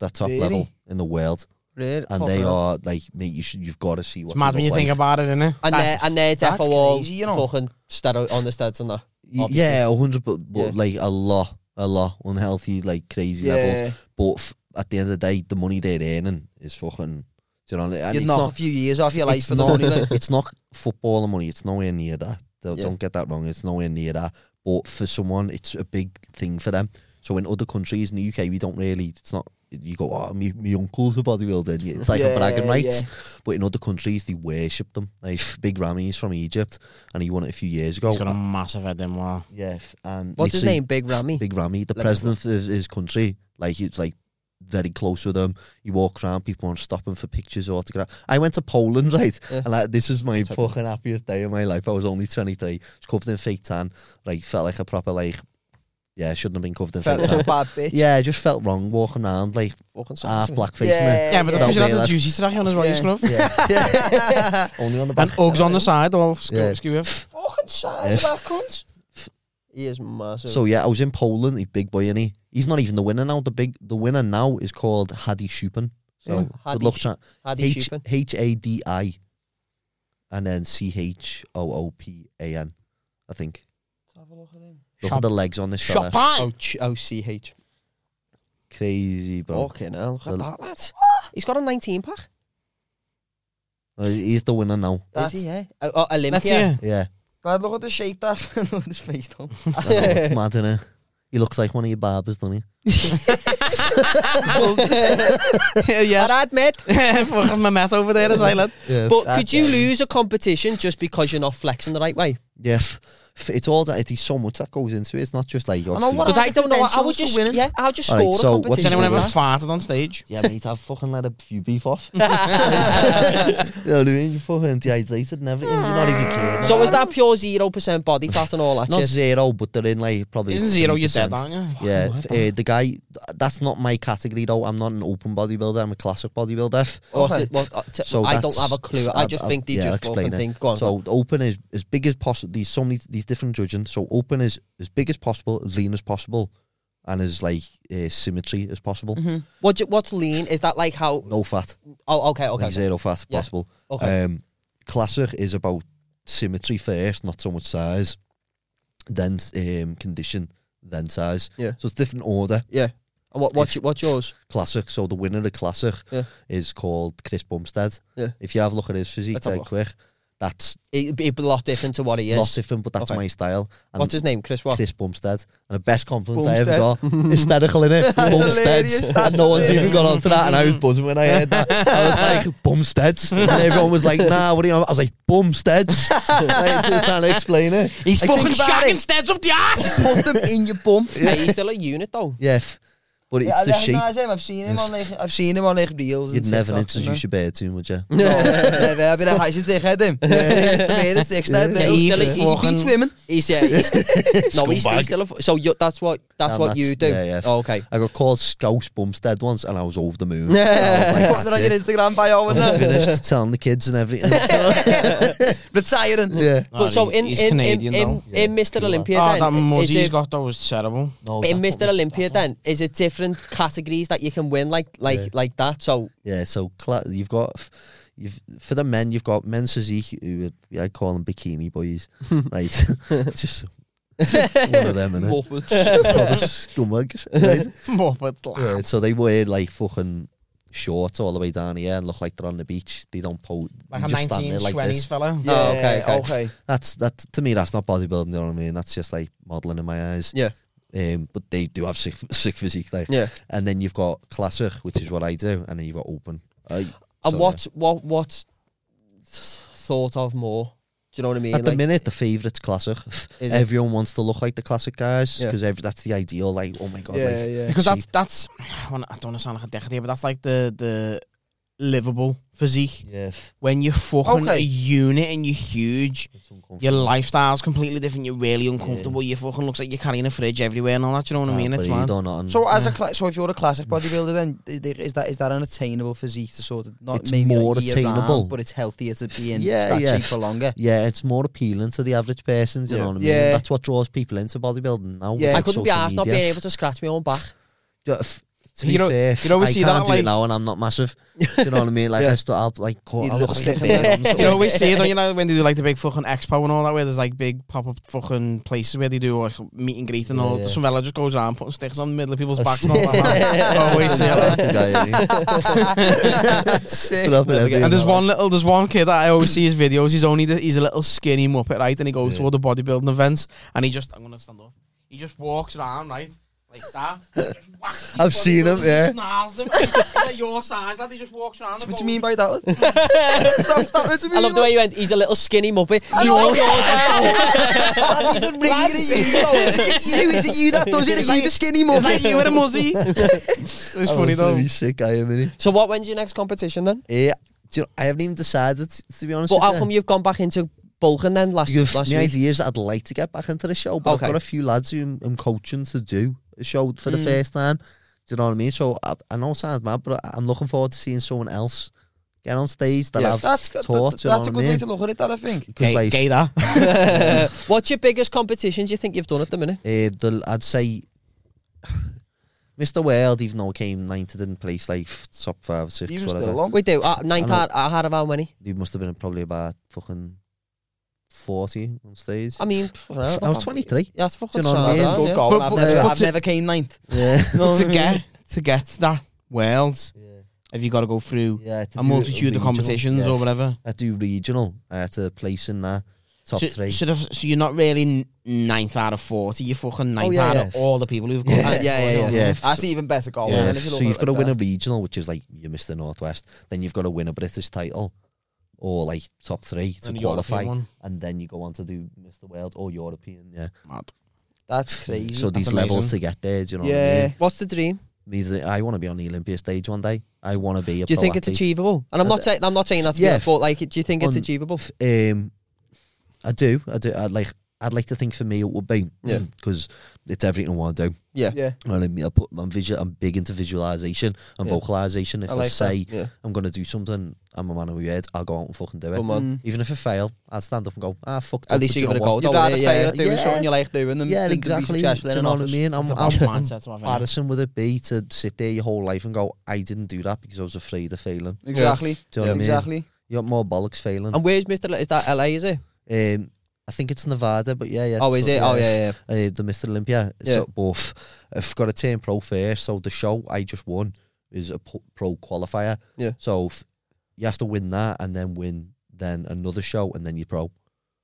that top
Really?
level in the world.
Really?
And they are like, mate, you should, you've got to see what.
It's mad
they
when you
look
think
like.
about it, innit?
And they're, and they're
that's
defo all
crazy, you know.
fucking steroid on the steroids and that.
Y-
obviously.
Yeah, a hundred, but, but
Yeah.
like a lot, a lot unhealthy, like crazy levels.
Yeah.
But f- at the end of the day, the money they're earning is fucking. Do you know? what I mean? And
You'd
it's
knock
not-
a few years off your life
it's
for the
not-
money. like.
It's not football money. It's nowhere near that. Don't,
Yeah.
don't get that wrong. It's nowhere near that. But for someone, it's a big thing for them. So in other countries, in the UK, we don't really. It's not. You go, oh, my, my uncle's a bodybuilder. It's like
Yeah,
a bragging rights.
yeah.
But in other countries, they worship them. Like Big Rami's from Egypt, and he won it a few years ago.
He's got a massive head in wow.
yeah, f- and
What's his
literally-
name? Big Ramy.
Big Ramy, the
Let me
president of his country. Like he's like very close with him. He walks around, people aren't stopping for pictures or autographs. I went to Poland, right? And like this was my fucking happiest day of my life. I was only twenty three. was covered in fake tan. Like felt like a proper like yeah, shouldn't have been covered in
Felt
fake
like
tan.
a bad bitch.
Yeah, I just felt wrong walking around like
Fucking sorry.
half black face.
Yeah,
Yeah, but that's
Don't
because you had the
realise-
juicy strack on as well,
Yeah.
you scruff.
Yeah. only on the back.
And Uggs on the side, all skew,
Yeah.
skew with.
Oh,
Fucking size
Yeah.
of that cunt.
He is massive.
So yeah, I was in Poland. He's big boy, and he he's not even the winner now. The big the winner now is called Hadi Schupen. So
Yeah.
good luck,
Hadi
chat.
Hadi
H
Schuppen.
H A D I, and then C H O O P A N, I think. Look
Shop-
at the legs on this fella.
Shop on!
Oh, Ch- oh, CH.
Crazy, bro.
Fucking hell. Look at
The-
that, lad. He's got a 19 pack.
Uh, He's the winner now.
That's-
Is he, yeah? Oh, oh,
That's
Olympia.
yeah.
Yeah,
God, look at the shape that. look at his face, though.
that's it's mad, innit? He looks like one of your barbers, doesn't he?
Yes. I'd admit.
Fucking my mat over there as well, lad.
Yeah.
But could you lose a competition just because you're not flexing the right way?
Yes. F- It's all that. It's so much that goes into it. It's not just like.
I know
obviously-
what
Because I don't know. I would
Conventions for
just,
winning.
yeah, I'll just
All
score
right,
a
so what's
Has
competition.
anyone ever
Yeah.
farted on stage?
Yeah, mate, I've fucking let a few beef off. you know what I mean? You're fucking dehydrated and everything. You're not even kidding.
so is that pure 0% body fat and all that
not
shit?
zero, but they're in like probably.
Isn't zero, you're
3%.
dead, aren't you?
Yeah,
Oh,
f- uh, the guy. th- That's not my category though. I'm not an open bodybuilder. I'm a classic bodybuilder. F-
Or is
Okay.
it- what- uh, t-
So
I don't
that's-
have a clue. I
I'll-
just
I'll-
think they
yeah, I'll
just fucking
explain it.
think, go on.
So the open is as big as possible. These so many these different judging. So open is as big as possible, as lean as possible, and as like uh, symmetry as possible.
what do you- what's lean? Is that like how,
No fat,
oh, okay, okay.
like zero fat as
Yeah.
possible.
Okay.
Um, classic is about symmetry first, not so much size, then um, condition, then size.
Yeah.
So it's different order.
And what, what's, your- what's yours?
classic. So the winner of classic
Yeah.
is called Chris Bumstead.
Yeah.
If you have a look at his physique,
Let's have a
dead
look.
quick. That's
It'd be a lot different to what he
not
is.
different, but that's
Okay.
my style. And
What's his name? Chris what?
Chris Bumstead. And the best compliment I ever got. Hysterical in it.
hilarious,
Bumstead. And
that's
no one's even
hilarious.
gone on to that. And I was buzzing when I heard that. I was like, Bumsteads. And everyone was like, nah, what do you know? I was like, Bumsteads. like, to- trying to explain it.
He's
I
fucking
think about
shagging steads up the ass!
Put them in your bum.
Hey, he's still a unit though.
Yeah. f- But it's
Yeah, I
the shape.
recognise him. I've seen him on like I've seen him on like reels.
You'd
and
never
TikToks and
introduce your bear to him, would you?
that. No, never. I've been a high since I had him. Yeah, he's the man, six that.
Yeah,
He's
he's
still
still-
he's beats women.
He's yeah. He's, no, he's, he's still a, f- so. You, that's what that's
And
what you do.
that's- yeah, yeah.
Oh, okay.
I got called Scouse Bumstead once and I was over the moon. Yeah. I was
Putting it on
like,
your
"That's it."
Instagram bio and
I'm
that.
finished telling the kids and everything.
retiring.
yeah.
Nah,
But so
he-
in
he's
in in,
Canadian,
in,
though.
Yeah,
in Mr.
cool.
Olympia
Oh, that
then
mud
is
he's
it,
got though was terrible.
No,
in
that's
Mr.
what we-
Olympia then is it different categories that you can win like like
Yeah.
like that? So
Yeah, so cla you've got f- you've for the men you've got men's physique who are, I call them bikini boys, right? It's just one of them, innit? Proper scumbags, right?
Muppet lad.
Yeah, so they wear like fucking shorts all the way down here and look like they're on the beach. They don't pose.
Like
they
a
just stand there like
1920s
this.
fella.
Yeah,
Oh, okay, okay.
That's that to me. That's not bodybuilding. You know what I mean? That's just like modeling in my eyes.
Yeah.
Um, but they do have sick, sick physique, like.
Yeah.
And then you've got classic, which is what I do, and then you've got open. I,
and
so,
what what what thought of more? Do you know what I mean?
yeah. At the
Like,
minute, the favourite's classic.
it?
Everyone wants to look like the classic guys
Yeah.
because that's the ideal. Like, oh my god, like,
Yeah, yeah.
Because
Cheap.
Oh, nou,
that's that's I wanna- I don't want to sound like a dickhead here, but that's like the the
livable physique.
Yeah, f-
When you're fucking
Okay.
a unit and you're huge,
it's uncomfortable.
your lifestyle's completely different. You're really uncomfortable. You fucking looks like you're carrying a fridge everywhere and all that. You know what I mean?
Ah,
It's
but you
mad.
don't know.
So as a cla- so if you're a classic bodybuilder, then i- there- is that is that an attainable physique to sort of not
It's
maybe
more
like year
attainable.
round, but it's healthier to be in
Yeah,
yeah,
yeah.
for longer.
yeah, it's more appealing to the average person. Do you
Yeah.
know what I mean?
Yeah.
That's what draws people into bodybuilding now. with,
Yeah.
like,
I
I couldn't be
social
asked not
media.
being able to scratch my own back.
Yeah, f- To
You
be
know-
fair,
you know we
I
see
can't
that,
do
like-
it now, and I'm not massive. Do you know what I mean? Like I still, I'll like, cut-
You
I'll
look
look
like
like
a
a
big
big
You know, we see it, don't you know, when they do like the big fucking expo and all that, where there's like big pop up fucking places where they do like meet and greet and all.
Yeah.
Some fella just goes around putting sticks on the middle of people's
I
backs
see-
and all that. man. Always see it.
eh?
And there's one little, there's one kid that I always see his videos. He's only, the, he's a little skinny muppet, right? And he goes to
Yeah.
all the bodybuilding events, and he just, I'm gonna stand up. He just walks around, right, like that. Just whacks
I've
his
seen him,
bodybuilders,
yeah.
Snarls them. He's like your size, lad. He just walks around. and
What do
goes,
you mean by that? stop, stop, what do you
I love the
mean?
way you went. He's a little skinny muppet. You
know.
are yours.
Lad, he's not ringing at you. though. Is it you? Is it you that does it? Are you the skinny mum?
Like you with a muzzy. it's funny though.
sick guy, isn't
So what? When's your next competition then?
he? Yeah. Do you know, I haven't even decided t- to be honest.
But
with
how
you.
come you've gone back into bulking then last
Because
last
my
week?
idea is that I'd like to get back into the show, but
Okay.
I've got a few lads who I'm coaching to do a show for the
Mm.
first time. Do you know what I mean? So I, I know it sounds mad, but I- I'm looking forward to seeing someone else get on stage that Yeah. I've
That's good.
Taught,
that-
you know
That's a
what I
good way
mean?
to look at it. That I think.
because like
gay that.
What's your biggest competitions you think you've done at the minute?
uh, the, I'd say Mr. World, even though I came ninth in place, like f- top five, six,
You were
whatever.
still on.
We do. Uh, ninth
I know.
out, out of how many?
He must have been probably about fucking forty on stage.
I mean, pff, I don't
I
know.
was twenty three.
Yeah, that's fucking
Do you know what I
sad.
mean?
that,
It's
yeah.
goal.
But-
I've
but-
never-
but
I've
to-
never came ninth.
Yeah.
But to get to get to that world,
yeah.
have you got to go through
yeah to
a
do
multitude of
regional,
competitions
yeah.
or whatever?
I do regional. I had to place in that top
so,
three.
So, the- so you're not really n- ninth out of forty. You're fucking ninth
Oh, yeah,
out
yeah.
of all the people who've gone.
Uh, yeah, yeah, yeah.
Yeah.
That's even better goal.
yeah,
man, if you
so
look
you've
at
got to
it
win a
that.
regional, which is like you missed the northwest. Then you've got to win a British title, or like top three to
And the
qualify,
European one.
and then you go on to do Mr. World or European. Yeah,
Mad.
That's crazy.
so these levels to get there. Do you know? What I
Yeah.
mean?
What's the dream?
Means that I want to be on the Olympia stage one day. Oh, I want to be. A
Do you
pro
think it's
athlete.
achievable? And I'm not saying I'm not saying that to be
Yeah,
honest, but like, do you think it's
on-
achievable?
Um, I do. I do. I'd like. I'd like to think for me it would be.
Yeah.
Because it's everything I want to do.
Yeah. Yeah.
Well, I mean, I put, I'm, visual, I'm big into visualization and
Yeah.
vocalization. If
I
I,
like that,
say
yeah.
I'm going to do something, I'm a man of my word, I'll go out and fucking do it.
Mm.
Even if I fail, I'll stand up and go, ah, fuck
At least you give it a go. You'd
Yeah,
rather fail
yeah.
at doing something you like doing than
yeah
than to be
exactly. Do
successful in
you
an
know what I
office.
mean? I'm,
It's a
I'm,
bad
how
mindset to have, innit?
embarrassing would it be to sit there your whole life and go, I didn't do that because I was afraid of failing.
Exactly.
Do you know what I mean?
Exactly.
You got more bollocks failing.
And where's Mr. Le- is that LA? Is it?
Um, I think it's Nevada, but yeah, yeah.
Oh, is
so-
it? Oh yeah, yeah.
uh, the Mr. Olympia.
Yeah.
So both I've got a turn pro first, so the show I just won is a po- pro qualifier.
Yeah.
So f- you have to win that and then win then another show and then you're pro.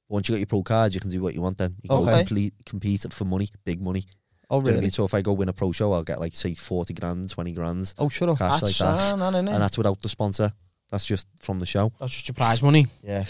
Once you got your pro card, you can do what you want. Then you can go
Okay.
complete, compete for money, big money.
Oh
Do you know what I
really?
mean? So if I go win a pro show, I'll get like say forty grand, twenty grand
Oh shut up.
cash like that,
sound, isn't it?
and that's without the sponsor. That's just from the show.
That's just your prize money.
Yeah.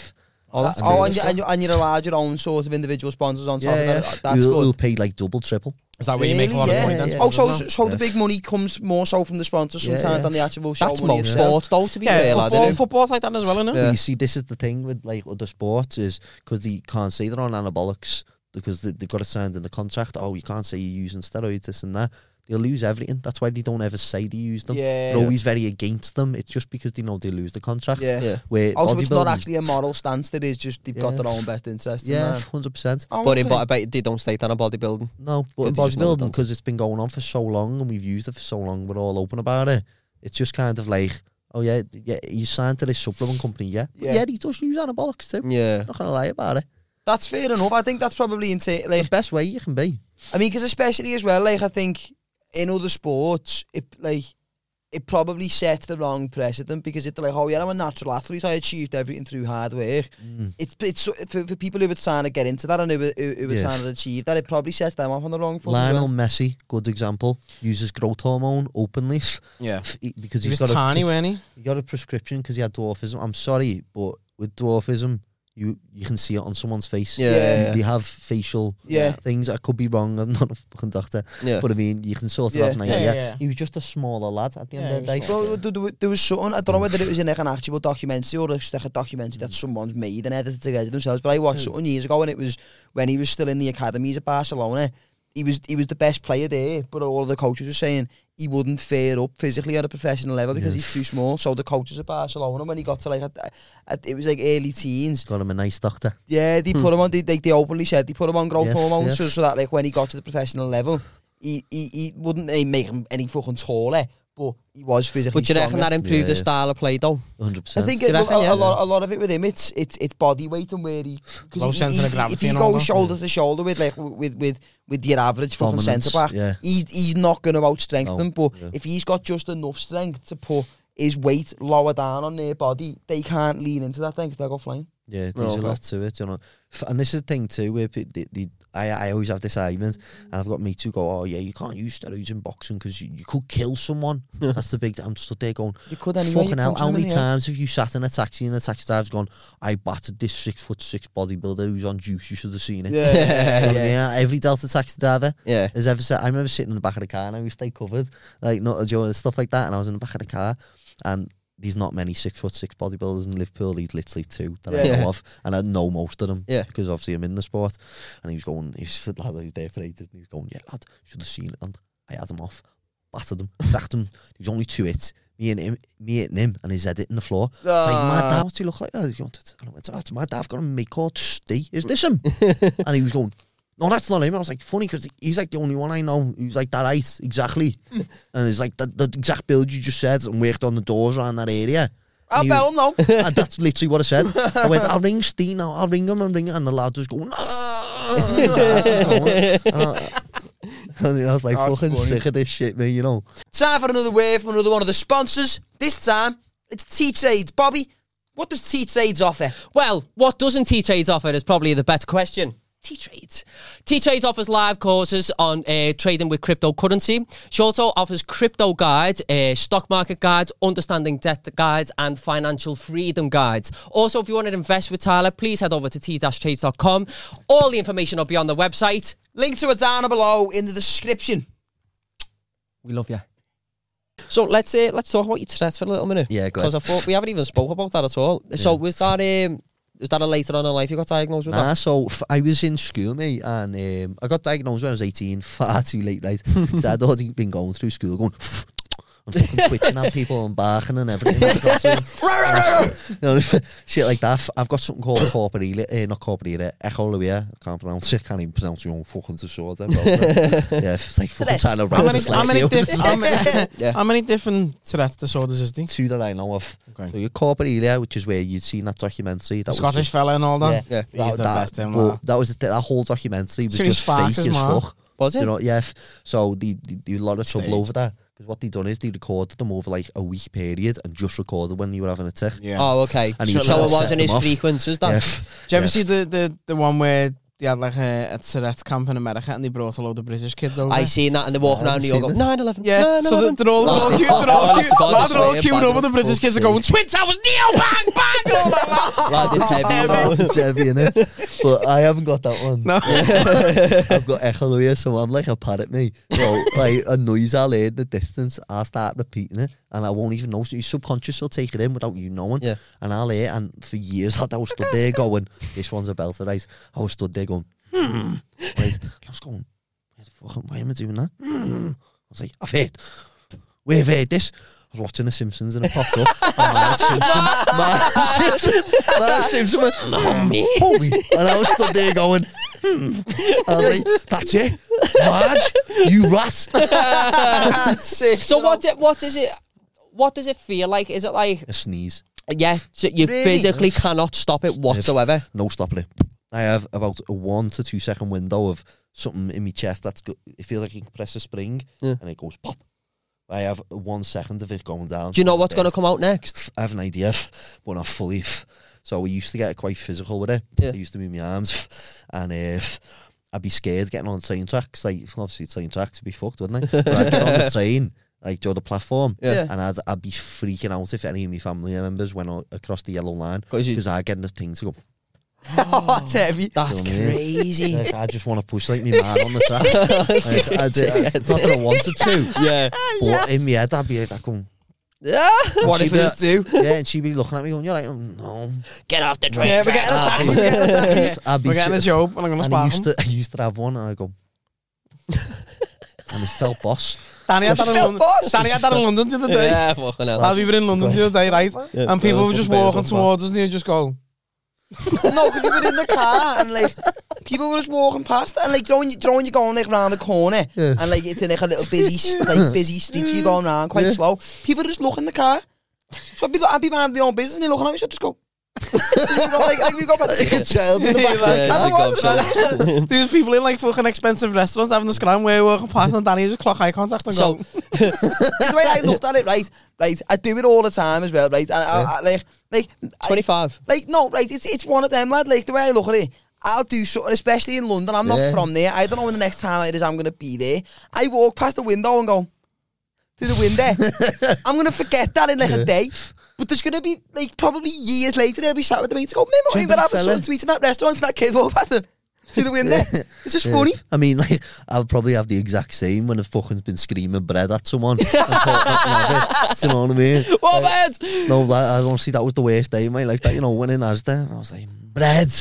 Oh that's
oh,
cool.
and, you, and, you, and you're allowed your own sort of individual sponsors on top
yeah,
of that.
yeah.
That's
We'll-
good.
we'll pay like double, triple.
Is that where you make a
Really?
lot
Yeah,
of money?
yeah,
then?
yeah.
Oh, so, so
Yeah.
the big money comes more so from the sponsors
Yeah,
sometimes
yeah.
than the actual show
That's
money
most
itself.
sports though. To be
Yeah,
fair, lad,
football,
innit?
football's like that as well, isn't it?
But you see, this is the thing with like other sports is because they can't say they're on anabolics because they, they've got it signed in the contract. Oh, you can't say you're using steroids, this and that. They'll lose everything. That's why they don't ever say they use them.
Yeah.
They're always very against them. It's just because they know they lose the contract.
Yeah.
Yeah.
Where
Also, it's not
bodybuilding-
actually a moral stance. It is just they've got
Yeah.
their own best interest. In
Yeah,
mind.
hundred percent.
Oh,
But in,
okay.
but I bet they don't state that on bodybuilding.
No, but in
Because they just know they
bodybuilding
don't.
because it's been going on for so long and we've used it for so long, we're all open about it. It's just kind of like, oh yeah, yeah, you signed to this supplement company, yeah, yeah,
Yeah.
yeah he does use anabolics
Mm.
too.
Yeah.
Not gonna lie about it.
that's fair enough. I think that's probably in ta- like
The best way you can be.
I mean, because especially as well, like I think in other sports, it like it probably sets the wrong precedent because it's like, oh yeah, I'm a natural athlete. I achieved everything through hard work. It's it's so- for, for people who would trying to get into that and who were- who, who were
Yeah.
trying to achieve that. It probably sets them off on the wrong foot. as
Lionel
well.
Messi, good example, uses growth hormone openly
Yeah.
he- because
He
he's
was
got a
tiny,
pres-
weren't he?
he got a prescription because he had dwarfism. I'm sorry, but with dwarfism, you you can see it on someone's face. Um,
Yeah, yeah, yeah.
They have facial
Yeah.
things. I could be wrong. I'm not a fucking doctor.
Yeah.
But I mean, you can sort of
Yeah.
have an
Yeah,
idea.
yeah, yeah.
He was just a smaller lad at the
Yeah,
end of the
he
day.
was
Well, there- there, there was something, I don't know whether it was in like an actual documentary or it's like a documentary that someone's made and edited together themselves, but I watched something years ago and it was when he was still in the academies at Barcelona. He was he was the best player there, but all the coaches were saying he wouldn't fare up physically at a professional level because he's too small. So the coaches at Barcelona, when he got to like, a, a, it was like early teens,
Got him a nice doctor.
yeah, they put him on. They, they, they openly said they put him on growth
Hm. Yes,
hormone
yes.
So, so that like when he got to the professional level, he he, he wouldn't they make him any fucking taller, but he was physically.
But do you reckon
stronger.
that improved the
Yeah.
style of play though?
100%.
I think
Do you
it,
reckon,
a,
yeah?
a lot a lot of it with him it's it's it's body weight and where he because
Low
he,
centre
he-
of gravity
if he
and all
goes
that.
shoulder to shoulder with like with with with your average fucking
Dominance,
centre back,
yeah.
he's he's not going to out strength
No,
them. But
yeah.
if he's got just enough strength to put his weight lower down on their body, they can't lean into that thing because they'll go flying.
Yeah, there's a
Oh, okay.
lot to it, you know. F- And this is the thing too, where pe- the, the, I, I always have this argument, and I've got mates who go, "Oh yeah, you can't use steroids in boxing because you, you could kill someone." That's the big. I'm stood there going,
You could anyway.
"Fucking hell! How many
times?
times have you sat in a taxi and the taxi driver's gone, I battered this six foot six bodybuilder who's on juice. You should have seen it."
Yeah, yeah,
You know what I
yeah.
mean? Every Delta taxi driver
Yeah.
has ever said. I remember sitting in the back of the car and I used to stay covered, like not a joke and stuff like that. And I was in the back of the car, and there's not many six foot six bodybuilders in Liverpool. There's literally two that I
Yeah.
know of, and I know most of them.
Yeah.
because obviously I'm in the sport. And he was going, he was, lad, he was there for ages, and he was going, yeah, lad, should have seen it. And I had him off, battered him, cracked him. He was only two hits. Me and him, me hitting him, and his head hitting the floor. It's like,
Ah.
my dad, what's he look like? And he went, and I went, that's my dad. I've got a mate called Steve. Is this him? and he was going, no, that's not him. And I was like, funny, because he's like the only one I know who's like that height, exactly. and it's like, that, that exact build you just said, and worked on the doors around that area.
I'll
And he-
bell him now.
and that's literally what I said. I went, I'll ring Steve now, I'll ring him and ring him. And the lad was going, "Ah!" And I, and I was like, fucking sick of this shit, man, you know.
Time for another word from another one of the sponsors. This time, it's T-Trades. Bobby, what does T-Trades offer?
Well, what doesn't T Trades offer is probably the better question. T Trades. T Trades offers live courses on uh, trading with cryptocurrency. She also offers crypto guides, uh, stock market guides, understanding debt guides, and financial freedom guides. Also, if you want to invest with Tyler, please head over to t-trades.com. All the information will be on the website.
Link to it down below in the description.
We love you.
So let's uh, let's talk about your threats for a little minute.
Yeah, go
Because I thought we haven't even spoke about that at all. So was that um was that a later on in life you got diagnosed with
Nah, Ah, so f- I was in school, mate, and um, I got diagnosed when I was 18, far too late, right? so I'd already been going through school going, and fucking twitching at people and barking and everything. in the classroom. you know, shit like that. F- I've got something called corporeal, uh, not corporeal, echolalia. eh, I can't pronounce it. Can't even pronounce your own fucking disorder. Well, yeah, it's like fucking trying to
How
write
many, how many,
dyslexia.
diff- how many, how many different Tourette's disorders is there?
Two that I know of.
Okay.
So your corporealia, which is where you'd seen that documentary. That
The
was
Scottish fella and all that.
that?
He's the best in
but
that.
that was the th- that whole documentary was
Sirius
just
Fox
fake
as
as
well.
fuck.
Was
Do
it?
you know, yeah. F- so they, they, they had a lot of trouble over that because what they done is they recorded them over like a week period and just recorded when you were having a tick.
Yeah.
Oh, okay.
And
so
he
it
tried to set
wasn't
them
his
off.
frequency, is that?
Yeah,
Yeah.
f-
Do you ever
yeah.
see the, the, the one where they had like a, a Tourette's camp in America and they brought a load of British kids over?
I seen that and they're walking
Yeah,
around
I've
New York
seen
going, 9 11.
Yeah, so they're, they're all they're all cute, they're all cute, lads, they're all cute over the British kids are going, Twins, I was Neo, bang, bang, and all that.
Oh, it's heavy, innit? But I haven't got that one.
No.
I've got echolalia, so I'm like a parrot, me. So, like, a noise I'll hear in the distance, I'll start repeating it, and I won't even know. So, your subconscious will take it in without you knowing.
Yeah.
And I'll hear, it, and for years, I was stood there going, This one's a belter, right? I was stood there going, Hmm. Right? And I was going, Where the fuck, am- why am I doing that? Hmm. I was like, I've heard. We've heard this. I was watching The Simpsons and it popped up. and Marge Simpson, Marge Simpson, Marge Simpson went, "Mummy, mummy." And I was stood there going, hmm. I was like, that's it. Marge, you rat.
So what, di- what is it? What does it feel like? Is it like,
A sneeze.
Yeah, so you physically cannot stop it whatsoever.
No stopping it. I have about a one to two second window of something in my chest that's good. It feels like you can press a spring and it goes pop. I have one second of it going down.
Do you know what's going to come out next?
I have an idea, but not fully. So we used to get quite physical with it. I used to move my arms, and uh, I'd be scared getting on train tracks. Like obviously train tracks would be fucked, wouldn't I? But I'd get on the train, like do the platform, and I'd, I'd be freaking out if any of my family members went o- across the yellow line because I'd get in the thing to go.
That's heavy.
That's
You know what I mean?
crazy.
Like, I just want to push like my man on the track. Like, I did- it's not that I wanted to,
yeah.
but in my head I'd be like, going,
What if it is do?
yeah, and she'd be looking at me going, you're like, oh, no.
Get off the train.
Yeah, we're getting a taxi. We're getting a taxi.
I'd be
We're getting a
sit-
job, and I'm gonna
And I
spark
used,
him.
to, I used to have one, and I go, and it felt boss.
Danny had that in
Phil
London.
Boss.
Danny had that in London the other day.
Yeah, fucking hell.
As we were in London the other day, right? and people were just walking towards us, and you just go,
No, because you were in the car and like people were just walking past and like throwing you, throwing you going like round the corner
Yeah.
and like it's in like a little busy s- like busy street, so you're going round quite
Yeah.
slow. People just look in the car. So I'd be, I'd be minding my own business and they're looking at me, so I'd just go. like, like we got back
Like a child in the back.
Yeah,
I
it's a
don't want
gobshite.
There's people in like fucking expensive restaurants having a scram where we're walking past and Danny just clock eye contact and
So,
go,
the way I looked at it, right? Right, I do it all the time as well, right? And I, I, like, like, I-
25.
Like, no, right, it's, it's one of them, lad. Like, the way I look at it, I'll do something, especially in London. I'm not
Yeah.
from there. I don't know when the next time it is I'm going to be there. I walk past the window and go, through the window. I'm going to forget that in like a day. But there's going to be, like, probably years later, they'll be sat with the mates and go, remember when I
Jumping
was son
fella."
to eat in that restaurant and that kid walked past it through the window? It's just funny.
I mean, like, I'll probably have the exact same when I've fucking been screaming bread at someone. and thought that can have it. Do you know what I mean?
What, man?
No, that, I honestly, that was the worst day in my life. That, you know, when in Asda, and I was like, bread.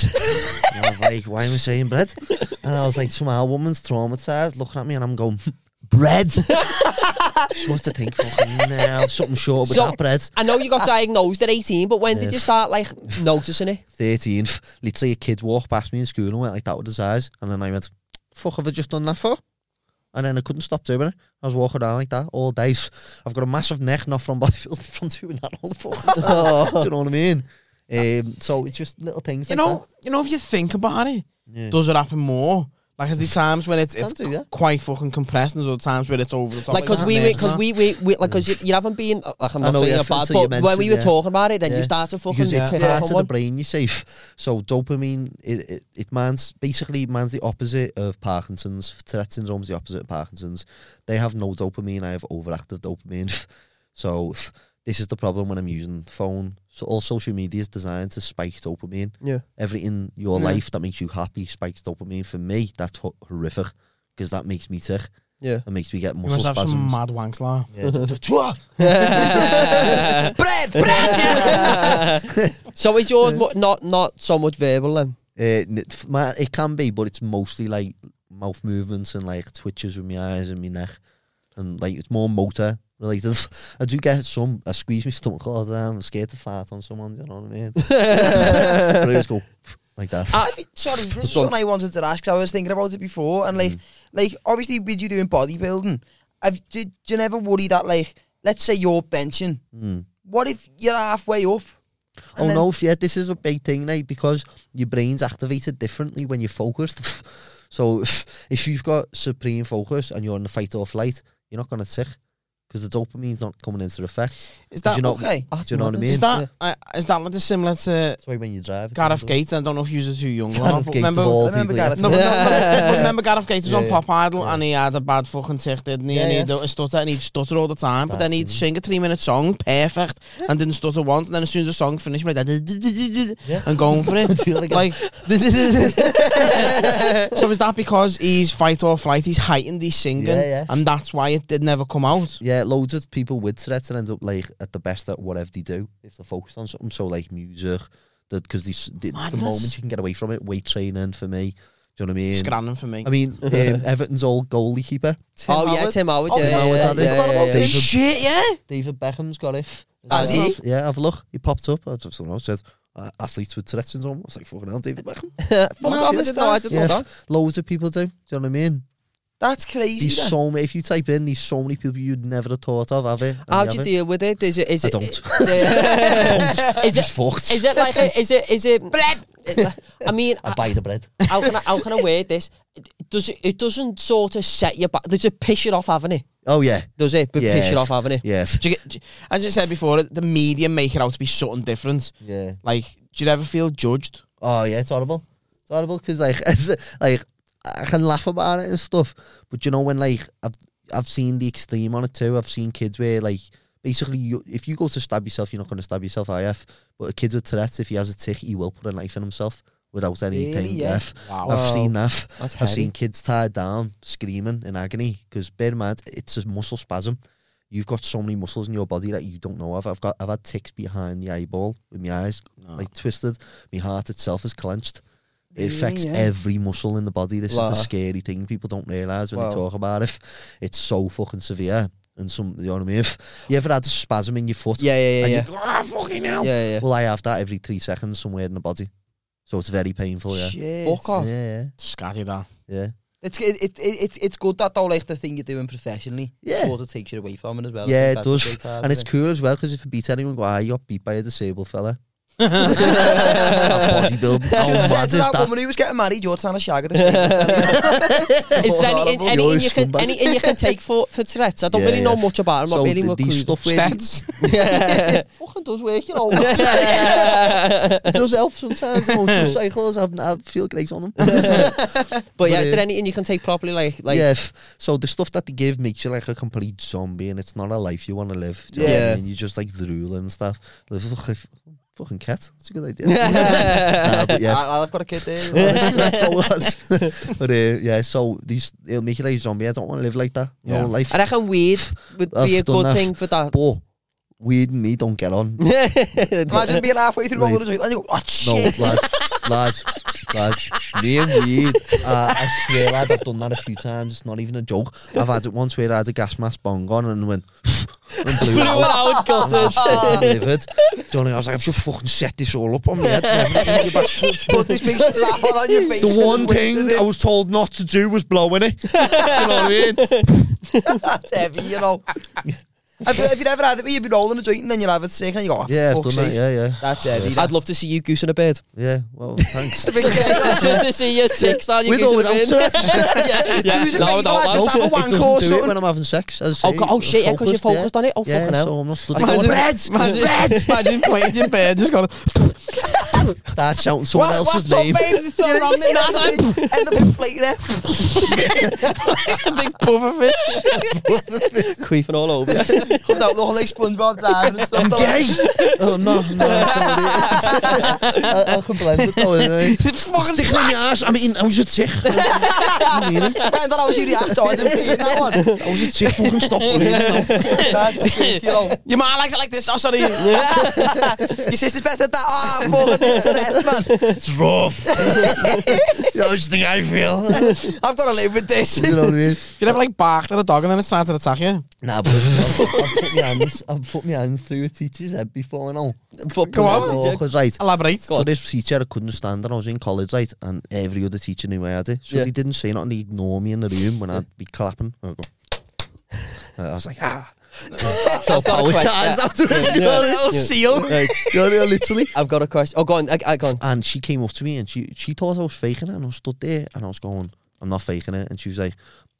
and I was like, why am I saying bread? And I was like, somehow a woman's traumatized looking at me, and I'm going, bread. she wants to think, fucking, now something short with
So-
that bread.
I know you got diagnosed at 18, but when did
Yeah.
you start, like, noticing it?
13, literally a kid walked past me in school and went like that with his eyes. And then I went, fuck, have I just done that for? And then I couldn't stop doing it. I was walking around like that all day. I've got a massive neck, not from bodybuilding, from doing that all the fucking time. Do you know what I mean? Um, so it's just little things
you
like
know, you know, if you think about it,
that. Yeah.
does it happen more? Like, is there times when it's
Can
it's
do, yeah.
quite fucking compressed, and there's other times where it's over the top?
Like, because
that,
we,
mate.
because we, we, we, like, because you, you haven't been, uh, like, I'm
I
not
know,
saying
yeah,
you're bad,
so you
but when we
mentioned,
were
yeah.
talking about it, then you
Yeah.
started fucking
because it's
picking
part of
up on
the
one.
brain you save. So dopamine, it, it, it man's basically man's the opposite of Parkinson's. Tourette syndrome's the opposite of Parkinson's. They have no dopamine. I have overactive dopamine. so this is the problem when I'm using the phone. So all social media is designed to spike dopamine.
Yeah.
Everything in your life that makes you happy spikes dopamine. For me, that's ho- horrific because that makes me tick.
Yeah.
It makes me get
you
muscle
must have
spasms.
some mad wanks, like.
bread, bread!
So is yours mo- not, not so much verbal then?
Uh, n- f- my, it can be, but it's mostly like mouth movements and like twitches with my eyes and my neck, and like it's more motor related. I do get some. I squeeze my stomach all the time. I'm scared to fart on someone. You know what I mean? but I always go like that.
Ah.
Have you- sorry, this is something I wanted to ask. 'cause I was thinking about it before, and like,
Mm.
like obviously, with you doing bodybuilding, have did you never worry that like, let's say you're benching,
Mm.
what if you're halfway up?
Oh
And then-
no, f- yeah, this is a big thing, right? Because your brain's activated differently when you're focused. so if you've got supreme focus and you're in the fight or flight, you're not gonna tick because the dopamine's not coming into effect.
Is
'Cause
that
you're not-
okay?
Do you know what I mean?
is
Yeah.
that uh, is that like similar to
That's why when you drive, it's
Gareth
not-
Gates? I don't know if you were too young. or
Gareth
not, but
Gates of
remember,
all
I remember
people, yeah.
Gareth
No, but no, but but remember Gareth Gates was
Yeah,
on Pop Idol
yeah.
and he had a bad fucking tick, didn't he?
Yeah,
and he'd
yeah.
do- stutter and he'd stutter all the time. But then he'd sing a three minute song, perfect, and didn't stutter once. And then as soon as the song finished, he'd be like, that,
Yeah.
and going for it.
Do that again.
like, so is that because he's fight or flight? He's heightened, he's singing,
Yeah, yeah.
and that's why it did never come out.
Yeah, loads of people with Tourette's end up like at the best at whatever they do if they're focused on something. So like music, because it's the
Madness.
moment you can get away from it. Weight training for me. Do you know what I mean?
Scranning for me.
I mean, um, Everton's old goalie keeper,
oh, yeah, Tim Howard.
Oh,
yeah,
Tim
Howard,
yeah,
had it.
yeah, yeah, yeah.
David,
Shit, yeah.
David Beckham's got it.
Has he?
Yeah, have a look. He popped up. I don't know. Said uh, athletes with Tourette's syndrome. I was like, fucking hell, David Beckham.
Fuck off, I didn't know, I didn't know
Yeah,
that.
loads of people do. Do you know what I mean?
That's crazy.
There's
then.
so many. If you type in, there's so many people you'd never have thought of, have it? And
How
they
do you
have it.
deal with it? Is it? Is
I
it?
don't.
Yeah. is
Just
it?
fucked.
Is it like? A, is it? Is it? I mean,
I buy the bread.
how can I, how can I word this? It- Does it? It doesn't sort of set you back. Does it piss you off having it?
Oh yeah,
Does it? But piss
Yes.
you off having it.
yes,
Do you get- do you- As I said before, the media make it out to be something different.
yeah.
Like, do you ever feel judged?
Oh yeah, it's horrible. It's horrible because like, it's, like I can laugh about it and stuff, but you know when like I've I've seen the extreme on it too. I've seen kids where like basically you, if you go to stab yourself, you're not going to stab yourself. IF, but a kid with Tourette's, if he has a tick, he will put a knife in himself. without any
Really,
pain.
yeah?
F.
Wow.
I've
Wow.
seen that.
That's
I've
heavy.
seen kids tied down, screaming in agony because bear in mind it's a muscle spasm. You've got so many muscles in your body that you don't know of. I've got I've had ticks behind the eyeball with my eyes like twisted. My heart itself is clenched. It affects every muscle in the body. This
Wow.
is the scary thing people don't realize when
Wow.
they talk about it. It's so fucking severe. And some, you know what I mean? If you ever had a spasm in your foot,
Yeah, yeah, yeah,
and
yeah.
you go, ah, fucking hell.
yeah, yeah.
Well, I have that every three seconds somewhere in the body, so it's very painful. Yeah,
Shit.
Fuck off.
yeah,
Scatty that.
yeah,
It's, it, it, it, it's, it's good that though, like the thing you're doing professionally
yeah.
sort of takes you away from it as well. I
Yeah,
think
it
that's a
does.
big part
And
of
it's
it.
cool as well because if you beat anyone, go, ah, you got beat by a disabled fella. Bodybuilding. How
Said
mad
to
is
that,
that?
woman who was getting married, you're trying to shag her. this
Is there any, in,
Horrible.
anything, you can,
You're a scumbag.
anything you can take for, for Tourette's? I don't
Yeah,
really know
yeah.
much about it. I'm
So
not really
the,
well
the
clued.
stuff where you-
Yeah.
fucking does work, you know. it does help sometimes. Emotional cycles, I've, I feel great on them.
But yeah,
But,
is there
uh,
anything you can take properly? Like, like
yeah, f- so the stuff that they give makes you like a complete zombie, and it's not a life you want to live. Do you know what
Yeah.
I mean? You're just like drooling and stuff. Like, fuck, if- fucking cat, that's a good idea.
Yeah.
Nah, but yeah,
I, I've got a kid there.
Let's go, lads. but uh, yeah, so these it'll make you like a zombie. I don't want to live like that. You
Yeah.
know, life.
I reckon weed would
I've
be a
done
good
that.
thing for that.
But weed and me don't get on.
Imagine being halfway through
Right.
all the and you go, oh
No,
shit.
lads, lads, lads. Me and weed. Uh, I swear, lad, I've done that a few times. It's not even a joke. I've had it once where I had a gas mask bong on and went and blew,
Blew
it
it
out.
out, got
I was
it.
fucking livid. Do you know what I mean? I was like, I've just fucking set this all up on my head. Never gonna get back to-
Put this big strap on, on your face.
The
and
one
it's
thing
wasted
I was told not to do was blowing it. Do you know what I mean?
it. That's heavy, you know. have, you, have you ever had it where you've been rolling a joint and then you'll have it sick and you go, oh,
Yeah, I've
fuck's
done that.
sake.
Yeah, yeah.
That's heavy.
I'd love to see you goose in a bed.
Yeah, well, thanks.
Just to see your six down.
With or without Tourette's.
yeah, yeah.
Who's
No,
no,
no, no.
just have a
It
wank
doesn't
or
do it
something.
when I'm having sex. as I
Oh,
say,
God, oh shit, yeah,
I'm
because you're focused on it. Oh,
Yeah,
fucking hell.
so I'm not
Imagine-
studying
Imagine, imagine playing in bed, just going,
start shouting someone else's name.
It's not on the night. End up inflating it.
big puff of it. Queefing all over.
Comes out the whole like SpongeBob diving and stuff. like,
Gay! oh, no, no. I'm sorry. I, I can blend it though, anyway.
Fucking
Stick it in your ass. I mean, I was a tick. I mean,
I found out I was your reaction, so I didn't believe that one.
I was a tick. Fucking stop bleeding now.
That's sick, you know.
Your man likes it like this. Oh, sorry.
Your sister's better at that. Ah, oh, fucking this Tourette's, man.
It's rough. the only thing I feel.
I've got to live with this.
you know what I mean?
If you ever like barked at a dog and then it's trying to attack you,
Nah, but I've, I've put my hands, I've put my hands through a teacher's head before and all. But
Go on.
Because right,
elaborate.
so this teacher I couldn't stand, and I was in college, right, and every other teacher knew I had it, so
Yeah.
they didn't say nothing. They ignore me in the room when I'd be clapping. I go, I was like, ah.
I've got a question.
Powerised after it.
Little seal.
Like, you know, literally.
I've got a question. Oh, go on. I, I, go on.
And she came up to me and she she thought I was faking it, and I stood there and I was going, I'm not faking it. And she was like,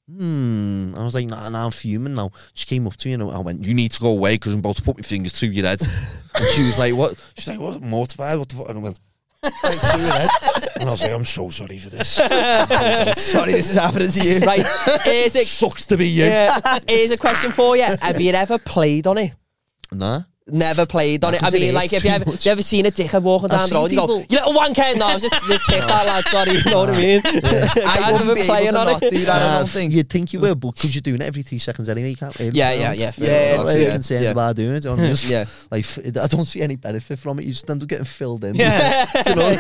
hmm. And I was like, nah, nah I'm fuming now. She came up to me and I went, you need to go away because I'm about to put my fingers through your head. and she was like, what? She's like, what? Mortified? What the fuck? And I went, "Right through your head. And I was like, I'm so sorry for this.
Sorry, this is happening to you.
Right. Here's a,
Sucks to be you.
yeah, here's a question for you. Have you ever played on it?
Nah.
Never played on it. I
Because it
mean,
hurts
like, have
too
you ever,
much.
you ever seen a dickhead walking
I've
down the
seen
road and you go,
people-
you little wanker? No, it's just the dick, that lad, sorry. You know what I mean?
I
I've been
wouldn't be able to
playing on
not
it.
do that, I
Nah,
don't think. Oh.
You'd think you were, but because you're doing it every three seconds anyway, you can't really.
Yeah, yeah, yeah. fair
Yeah,
enough,
I'm not really
yeah,
concerned
yeah.
about doing it. do you know what I mean?
Yeah.
Like, f- I don't see any benefit from it. You just end up getting filled in.
Yeah.
Do you know what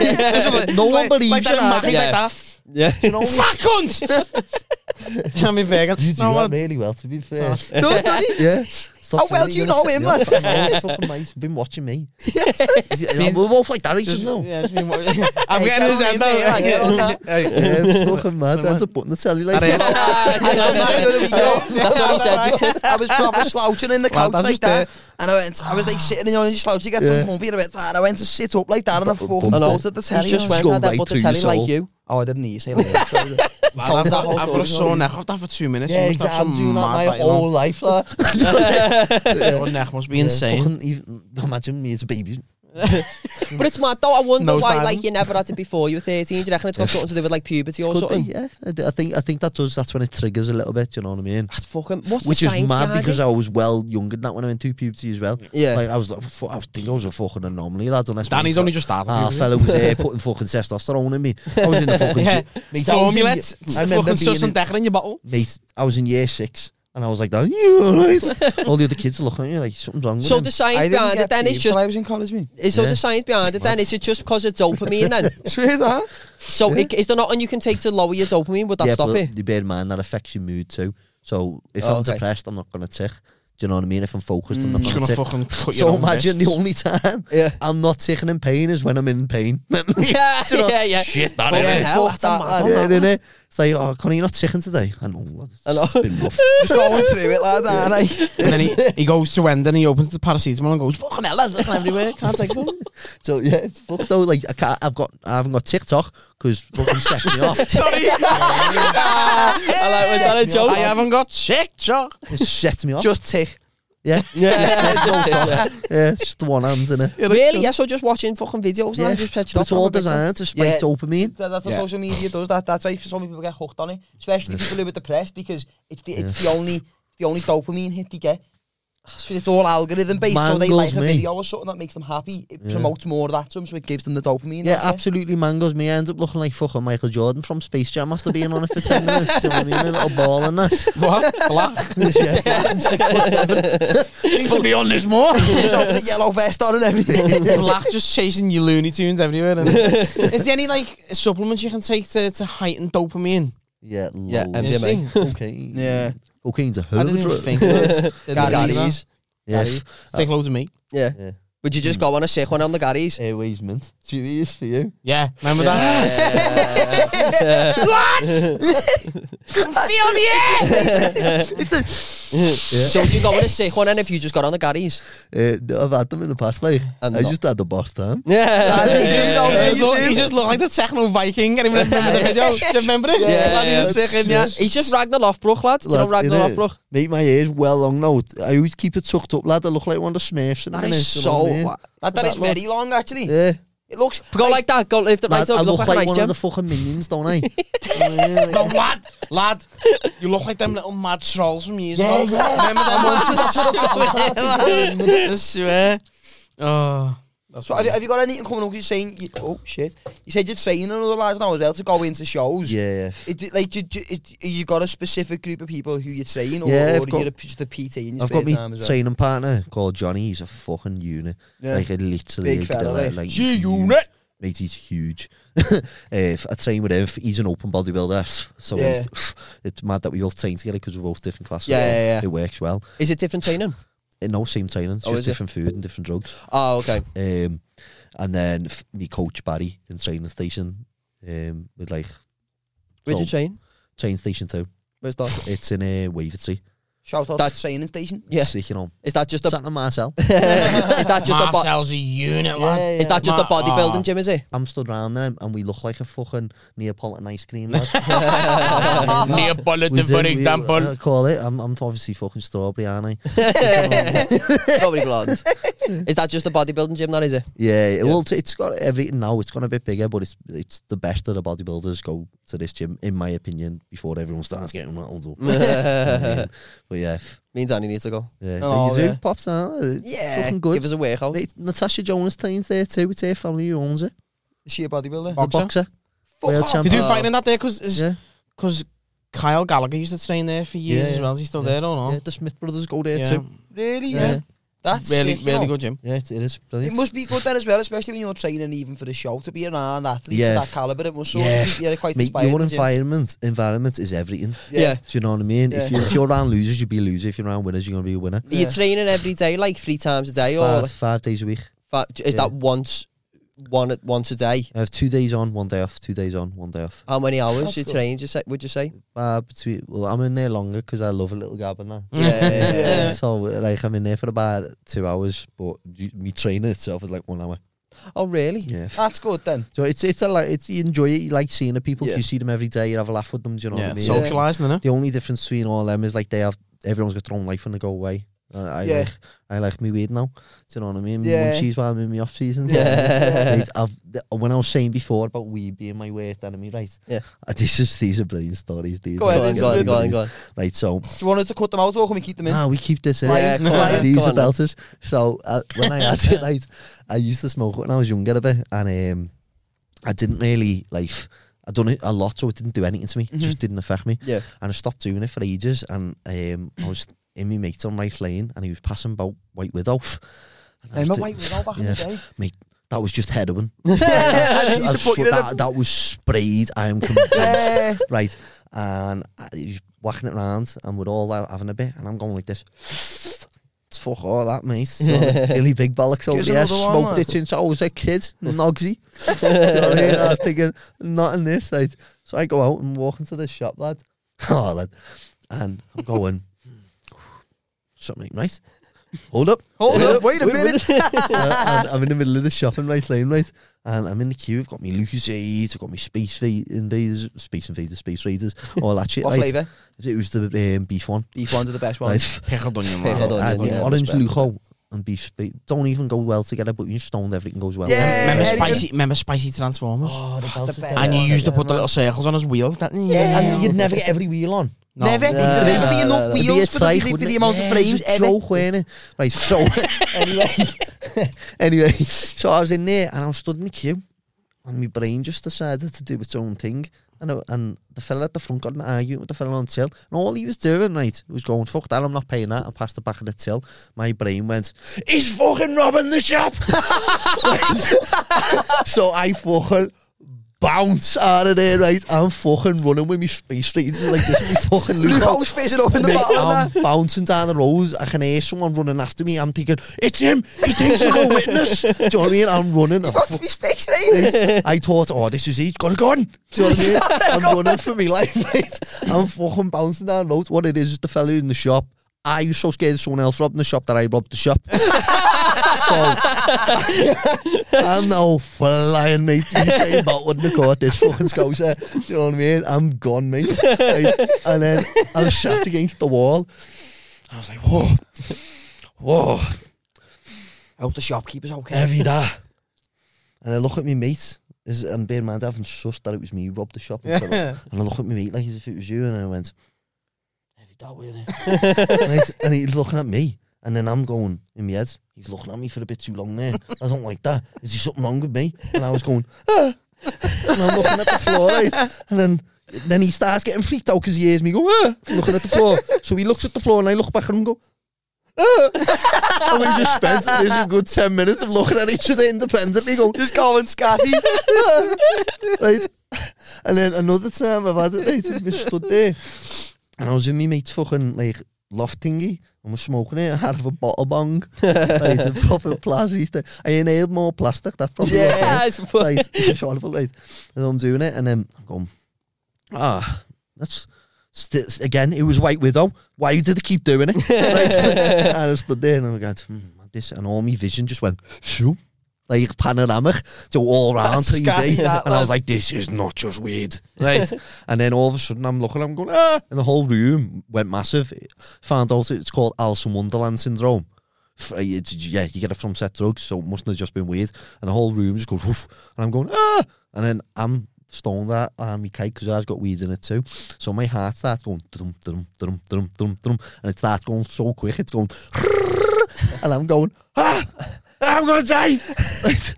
I mean? No one believes
like
you, lad.
that.
Yeah.
Like that.
Yeah.
You know, you
Fuck cunt! Can be vegan.
do
No,
that
what-
really well, to be fair.
Does that
Yeah. Stop
How Oh, well
telling
do you
me you're
know
gonna
him,
set me up. I've always fucking nice. been watching me. Is he- We're both like that, just know.
Yeah, just be more- I'm getting
get
his
on
head
in there, I get on
now.
that.
Hey,
Yeah, it's fucking mad. I had to put in the telly like
That is-
Ah,
I done that the other weekend.
That's what he said.
I was- I was proper slouching in the couch
that's
like
just there.
that, and I went. I was like sitting in on your slouch, you get some
Yeah.
comfy, and I went. "Ah," And I went to sit up like that, and I fucking
bum-
bolted the telly.
He's just
on.
went
go
like that,
right
but the
through
telly
your
like
soul.
you.
Oh, I didn't hear you say that.
I've got-
that whole
I've got a
story.
sore neck off that for two minutes.
Yeah,
You must have
exactly. I'm
some
doing that
mad
my
bite
whole
along.
life, lad.
Your neck must Oh, be insane.
Fucking even, imagine me as a baby.
But it's mad though. I wonder
Nose
why
diving.
like you never had it before you were 13. Do you reckon it's got something to do with like puberty or
Could be,
something?
yeah. I d- I think I think that does. That's when it triggers a little bit. You know what I mean?
That's fucking. What's
Which
the
is
science
mad
behind
because
it?
I was well younger than that when I went to puberty as well.
Yeah.
Like I was like, fu- I was think I was a fucking anomaly, lad. Unless my
Danny's
fe-
only just started.
Ah, fella was there putting fucking testosterone in me. I was in the fucking
Yeah.
Formulet.
I remember
Fucking
being
sus
in-
and decker in your bottle.
mate. I was in year six, and I was like, that. You alright? All the other kids are looking at you like something's wrong. With
So
him."
the
I
science
didn't
behind
get
it then is
pubes
just
till I was in college, me.
is so
Yeah.
the science behind it then is it just because of dopamine then?
Swear that.
So it, is there nothing you can take to lower your dopamine? Would that
yeah,
stop
but
it?
You bear in mind that affects your mood too. So if
Oh,
I'm
okay.
depressed, I'm not gonna tick. Do you know what I mean? If I'm focused, I'm
I'm
not
just
gonna,
gonna
tick.
fucking cut your
So
own
imagine the
wrists.
only time I'm not ticking in pain is when I'm in pain.
Yeah,
you know-
yeah, yeah.
Shit, that
Fucking
is.
hell, that's a
that,
mad
man.
one.
yeah, innit? It's like, oh, Connie, you're not ticking today. I know. lad, It's
I know.
just been rough.
Just going through it like that, aren't I?
And then he, he goes to end and he opens the paracetamol and goes, fucking hell, that's looking everywhere. Can't take them.
so yeah, it's fucked though. Like I can't, I've got, I haven't got TikTok because fucking set me off.
I like was that a joke?
I haven't got chick, Joe.
It sets me off.
Just tick.
yeah,
Yeah,
yeah, it's just one hand in it.
really? Yeah, so just watching fucking videos and I just pitch it
but
up.
it's all
I'm a bit-
designed to spike
Yeah.
dopamine.
That- That's what
Yeah.
social media does. That that's why so many people get hooked on it, especially people who are depressed because it's the it's the only it's the only dopamine hit they get. So it's all algorithm based. so they like
Mangles
a
me.
video or something that makes them happy. It promotes more of that to them, so it gives them the dopamine.
Yeah,
that,
absolutely mangoes me. I end up looking like fucking Michael Jordan from Space Jam after being on it for 10 minutes. Do you know what I mean? A little ball and that.
What? Black.
yeah, and six foot seven.
Need to be on this more.
So with the yellow vest on and everything.
Black just chasing your Looney Tunes everywhere. And is there any like supplements you can take to, to heighten dopamine?
Yeah,
Yeah,
loads.
Is
MDMA.
there?
cocaine.
Yeah.
Cocaine's a
I
hell of
didn't
a
even
drug.
think of this.
Gary's.
Gary's.
Yeah,
Gary.
Take loads of meat.
Yeah.
Yeah.
Would you just go on a sick one on the Gary's?
airways mint. Two years for you.
Yeah, remember that?
So would you go on a sick one and if you just got on the Gary's?
Uh, I've had them in the past, like,
And
I
not-
just had the boss time.
Yeah.
he, just looked, he just looked like the techno Viking. Anyone remember the video? Do you remember it?
Yeah,
Like, he
yeah.
was sick in, yeah.
He's just Ragnar Lothbrok, lad. Do you know
Lad,
Ragnar
innit?
Lothbrok?
Make my ears well long now. I always nou. keep it tucked up, lad. I look like one of the Smurfs in a
That
minute.
is
do you know what I mean?
so...
That, that is very long actually.
Yeah.
It looks
Go like that, go lift it right
Lad, I
up,
look
look
like,
like an ice
one of
gem.
the fucking minions, don't I? Yeah, like-
lad, lad, you look like them little mad trolls from years ago. Remember them ones? I swear. Oh, that's
So have, you- have you got anything coming up? You're saying, you, oh shit! You said you're training other lads now as well to go into shows.
yeah.
It, it- like, do, do, is, you got a specific group of people who you train, or,
Yeah, I've
or
got-
you're a, just a PT in your
I've
spare
got my
time as well?
training partner called Johnny. He's a fucking unit. Like, I literally. like,
Big fella,
like,
like,
like,
"Yeah,
huge.
unit."
Mate, he's huge. uh, if I train with him. He's an open bodybuilder. So
Yeah.
he's- it's mad that we all train together because we're both different classes.
Yeah, yeah, yeah.
It works well.
Is it different training?
Uh, No, same training. It's
Oh,
just
is it?
different food and different drugs.
Oh, okay.
Um, and then f- me coach Barry in training station um, with like
Where'd you
So-
train?
train station too.
Where's that?
It's in a uh, Wavertree.
Shout out
That's-
to training station.
Yeah.
Sticking on.
Is that just a...
Sat on Marcel.
is that just a... bo-
Marcel's a unit, lad.
Yeah,
Is that just a
Ma-
bodybuilding
ah.
gym, is it?
I'm stood round there e, and we look like a fucking Neapolitan ice cream. Lad. We
Neapolitan,
do, we- I call it. I'm, I'm obviously fucking strawberry, aren't I?
Probably blonde. Is that just a bodybuilding gym, that is it?
yeah, Well, it's- it's got everything now. It's gone a bit bigger, but it's it's the best that the bodybuilders go to this gym, in my opinion, before everyone starts getting rattled up. but yeah, f-
Means I need to go.
yeah.
Oh,
you do
yeah.
pops out. It's
Yeah.
fucking good.
Give us a workout.
Mate, Natasha Jonas trains there too. It's her family who owns it.
Is she a bodybuilder?
The
Boxer?
boxer.
Fuck
World
off.
They
champion.
do fighting that there because
Yeah.
Kyle Gallagher used to train there for years
Yeah,
as well. Is he still
yeah.
there or
yeah,
not?
the Smith brothers go there
Yeah.
too.
Really?
Yeah.
Yeah. That's
Really,
sick,
really
you know.
good gym.
Yeah, it, it is
It
brilliant.
must be good then as well, especially when you're training even for the show to be around athletes
Yeah.
of that caliber. It must sort
Yeah.
of be yeah, quite
Mate,
inspiring.
your
isn't it?
environment, environment is everything.
Yeah.
Do you know what I mean?
Yeah.
If, you, if you're around losers, you'll be a loser. If you're around winners, you're going to be a winner.
Are you training every day, like three times a day, or
Five,
like,
five days a week.
fa- is
yeah.
that once, one at once a day?
I have two days on, one day off. Two days on, one day off.
How many hours
That's
you
good.
train? Would you say? Would you say?
Uh, between, well, I'm in there longer because I love a little gab and that.
Yeah.
Yeah.
So, like, I'm in there for about two hours, but you, me training itself is like one hour.
Oh, really?
Yeah.
That's good then.
So it's it's a like it's you enjoy it. You like seeing the people. 'cause
Yeah.
You see them every day. You have a laugh with them. Do you know
Yeah,
what I mean?
socialising, innit?
The only difference between all them is like they have everyone's got their own life when they go away. I, I
Yeah.
like I like me weed now. Do you know what I mean?
Yeah.
Munchies while I'm in my off season.
Yeah.
Mate, I've, th- when I was saying before about weed being my worst enemy, right?
Yeah.
Uh, This is these are brilliant stories. These
Go
are
ahead,
Go on,
It's
go on,
been-
go on, go on.
Right, so
Do you want us to cut them out or can we keep them in?
Ah, we keep this in.
Yeah, come on,
These
come
are
on then.
belters. So uh, when I had it, right, I used to smoke when I was younger a bit, and um, I didn't really like. I done it a lot, so it didn't do anything to me. It just didn't affect me.
Mm-hmm. Yeah.
And I stopped doing it for ages. And um, I was in my mate's on Rice Lane, and he was passing about White Widow. And I
Remember
was
White Widow back in
Yeah.
the day?
that was just heroin.
I used
I
to put
sw-
you in a-
that, that was sprayed. I am convinced
Yeah.
right? And I- he's whacking it round, and we're all out having a bit, and I'm going like this. It's fuck all that, mate. So, really big bollocks over
us
there.
another one,
Smoked
lad.
it since I was a kid. Nogsy. you know what I mean? I was thinking, not in this, right? So I go out and walk into this shop, lad. Oh, lad. And I'm going, something, right? Hold up.
Hold up, wait a minute.
Uh, and I'm in the middle of the shop in Rice Lane, right? And I'm in the queue. I've got my Lucas Aid, I've got my Space fe- Invaders, Space Invaders, Space Raiders, all that shit.
What
right?
flavour?
It was the um, beef one.
Beef ones are the best ones.
Right?
Pickled onion,
Pickled
man.
onion.
and
yeah,
orange
respect.
luco and beef spa- don't even go well together, but you stoned everything goes well.
Yeah.
Remember
Yeah.
spicy? Remember spicy Transformers?
Oh, the belt is there.
and you used to put the little circles on his wheels. That,
Yeah, and you'd never get every wheel on.
No.
Never.
Yeah.
There'd never be
Yeah.
enough
It'd
It'd be
wheels
a
for,
trike,
the, for
wouldn't
the
it?
amount
Yeah,
of frames
it's a
ever.
Joke, weren't it? Right, so anyway, anyway, so I was in there and I was stood in the queue, and my brain just decided to do its own thing. And, I- and the fella at the front got in an argument with the fella on the till, and all he was doing, right, was going, fuck that, I'm not paying that, and passed the back of the till. My brain went, he's fucking robbing the shop! Right? so I fucking bounce out of there, right? I'm fucking running with my space straight like this, is my fucking
Look
lookout.
how it's fizzing up in the
Mate,
bottom.
I'm bouncing down the road. I can hear someone running after me. I'm thinking, it's him. He thinks I'm a witness. Do you know what I mean? I'm running. I,
Got to
fuck
be space raiders.
this. I thought, oh, this is it. He's got a gun. Do you know what I mean? I'm running for my life, mate. I'm fucking bouncing down the road. What it is is the fella in the shop. I was so scared of someone else robbing the shop that I robbed the shop. so I'm now flying, mate. You saying about what the court this fucking scouser. Do you know what I mean? I'm gone, mate. Right? And then I'm shot against the wall. I was like, whoa, whoa.
I hope the shopkeeper's okay.
Heavy that. And I look at my mate, is, and bear in mind, I haven't sussed that it was me who robbed the shop. And, said, "Look," and I look at my mate like as if it was you, and I went, Heavy that, right? And he's looking at me, and then I'm going in my head, he's looking at me for a bit too long there. I don't like Dus that. Is there something wrong with me? And I was going, ah. And I'm looking at the floor, right? And then then he starts getting freaked out because he hears me go, ah, looking at the floor. So he looks at the floor, and I look back at him and go, ah. And we just spent it was a good 10 minutes of looking at each other independently, going,
Just going scatty.
right? And then another time I've had it, right? We stood there. And I was in my mate's fucking, like, loft thingy. And we're smoking it out of a bottle bong. right? A proper plastic. thing. I inhaled more plastic. That's probably what I did.
Yeah, it's fucking
right, it's horrible, right? And I'm doing it, and then I'm going, ah, that's st- again. It was White Widow. Why did they keep doing it? right? And I stood there, and I'm going, hmm, this, and all my vision just went, shoo. Like panoramic, so all round
That's
3D,
scary,
and
that,
I was
lad.
like, "This is not just weird, right?" and then all of a sudden, I'm looking, I'm going, "Ah!" and the whole room went massive. Found out it's called Alice in Wonderland syndrome. F- uh, it's- Yeah, you get it from set drugs, so it mustn't have just been weird. And the whole room just goes, Woof, and I'm going, ah! And then I'm stoned out on my cake because I've got weed in it too. So my heart starts going, dum, dum, dum, dum, dum, dum, and it starts going so quick, it's going, and I'm going, ah! I'm gonna die! Right?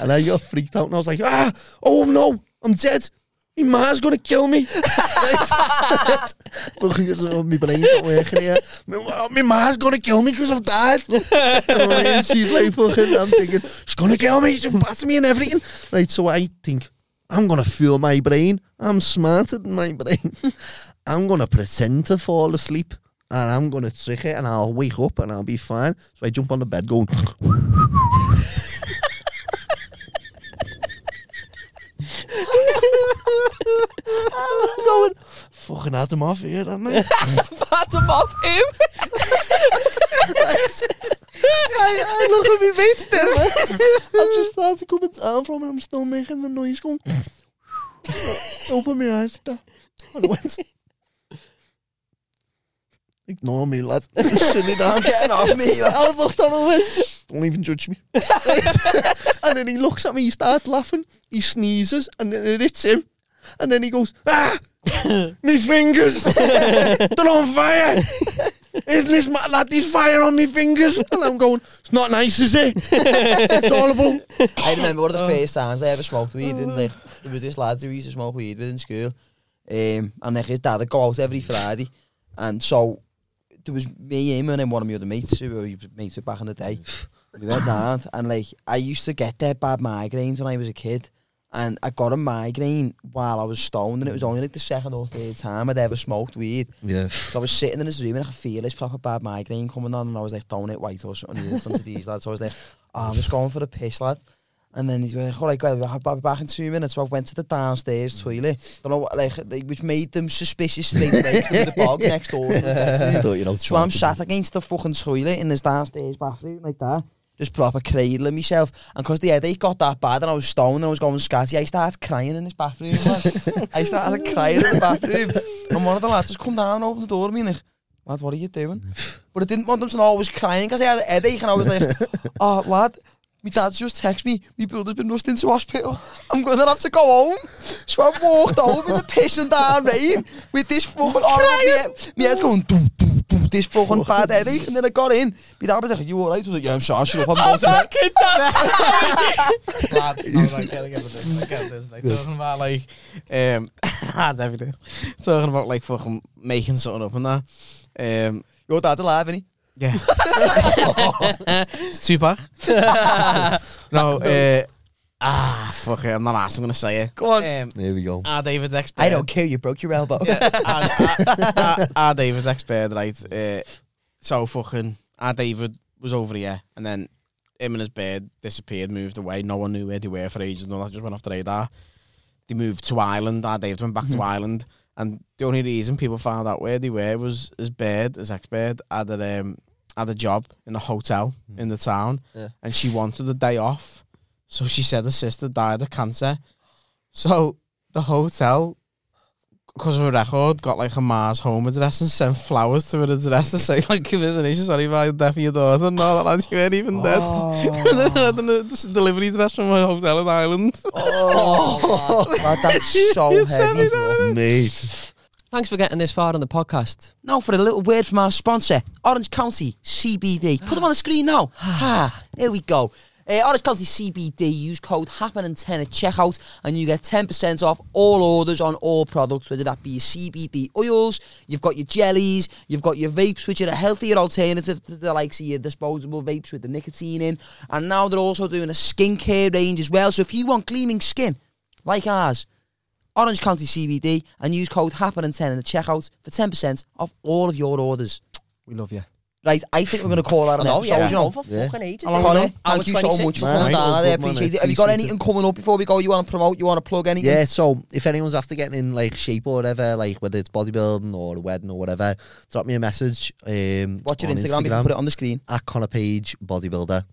And I got freaked out and I was like, ah! Oh no! I'm dead! My ma's gonna kill me! Right? Fucking, so my brain's not working here. My, my ma's gonna kill me because I've died! and she's like, fucking, I'm thinking, she's gonna kill me, she'll batter me and everything. Right, so I think, I'm gonna fool my brain. I'm smarter than my brain. I'm gonna pretend to fall asleep and I'm gonna trick it and I'll wake up and I'll be fine. So I jump on the bed going, I'm going, fucking had him off here, haven't I?
pat him off him.
I look at me mate's bed. I've just started coming down from and I'm still making the noise going. Oh, Open my eyes like that. And I went. Ignore me, lad. Silly down, getting off me. I was looked on and went, don't even judge me. and then he looks at me, he starts laughing, he sneezes, and then it hits him. And then he goes, ah, me fingers, they're on fire. Isn't this mad, lad? There's fire on me fingers. And I'm going, it's not nice, is it? it's horrible.
I remember one of the first times I ever smoked weed, and like, there was this lad who used to smoke weed with in school, um, and like his dad would go out every Friday, and so there was me, him, and then one of my other mates who were mates with back in the day. We went down, and like I used to get that bad migraines when I was a kid, and I got a migraine while I was stoned, and it was only like the second or third time I'd ever smoked weed.
Yeah.
So I was sitting in his room and I could feel this proper bad migraine coming on, and I was like, throwing it white or something in front of these lads. So I was like, oh, I'm just going for a piss, lad. And then he's like, all right, well, I'll be back in two minutes. So I went to the downstairs toilet, don't know what, like, like, which made them suspicious they next to the bog next door.
Thought, you know,
So I'm sat against the fucking toilet in this downstairs bathroom like that. Just proper cradling myself. And because the headache got that bad and I was stoned and I was going scatty, I started crying in this bathroom, man. I started crying in the bathroom. And one of the lads just come down and opened the door to me and like, lad, what are you doing? But I didn't want them to know I was crying because I had a headache and I was like, oh, lad, my dad's just texted me, my brother's been rushed into hospital. I'm going to have to go home. So I walked home in the pissing down rain with this fucking horrible... My head's going... Dum, dum, dum, this fucking bad headache. And then I got in. My dad was like, you alright? I was like, yeah, I'm sorry. Shut up, I'm going to bed."
Lad, I was like, gotta get this, I get this.
Dus-
Like, talking about like, um, that's everything. Talking about like fucking making something up and that. Um,
Your dad's alive, isn't
yeah. it's Tupac. no, uh, Nou, ah, fuck it. I'm not asked. I'm gonna say it. Go on. Um,
There we go.
ah, David's expert.
he? I don't care, you broke your elbow.
uh, our David's expert, right? Uh, so fucking our David was over here, and then him and his bird disappeared, moved away. No one knew where they were for ages. No, that just went off the radar. They moved to Ireland. Our David went back to Ireland, and the only reason people found out where they were was his bird, his ex bird, had a um, had a job in a hotel in the town,
Yeah.
and she wanted a day off. So she said her sister died of cancer. So the hotel because of a record, got like a Mars home address and sent flowers to her address to say like, "Congratulations, sorry about the death of your daughter." and all that like, you weren't even dead.
Oh.
and then the delivery address from a hotel in Ireland.
Oh, lad, that's so heavy.
Mate.
Thanks for getting this far on the podcast.
Now for a little word from our sponsor, Orange County CBD. Put them on the screen now. ah, here we go. Uh, Orange County CBD, use code HAPPEN and 10 at checkout and you get 10% off all orders on all products, whether that be your CBD oils, you've got your jellies, you've got your vapes, which are a healthier alternative to the likes of your disposable vapes with the nicotine in. And now they're also doing a skincare range as well. So if you want gleaming skin like ours, Orange County CBD and use code HAPPEN and 10 in the checkout for 10% off all of your orders.
We love you.
Right, I think we're going to call out an
Oh,
episode,
yeah.
you know.
for
Yeah.
fucking ages.
Hello.
Connor,
Hour
thank you so
26.
much for
Man,
coming
that was
down. I
good, man. I
appreciate it. Have you got
appreciate
anything coming up before we go? You want to promote? You want to plug anything?
Yeah, so if anyone's after getting in like shape or whatever, like whether it's bodybuilding or a wedding or whatever, drop me a message. Um,
Watch your
on
Instagram. You can put it on the screen.
at Connor Page Bodybuilder.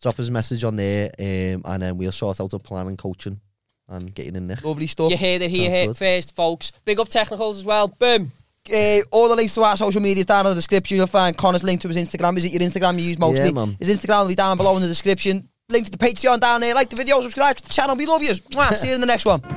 Drop us a message on there, um, and then we'll sort out a plan and coaching and getting in there.
Lovely stuff.
You heard it here,
Sounds
here
good.
first, folks. Big up technicals as well. Boom.
Uh, all the links to our social media is down in the description. You'll find Connor's link to his Instagram. Is it your Instagram you use mostly?
Yeah, man.
His Instagram will be down below in the description. Link to the Patreon down there. Like the video, subscribe to the channel. We love you. See you in the next one.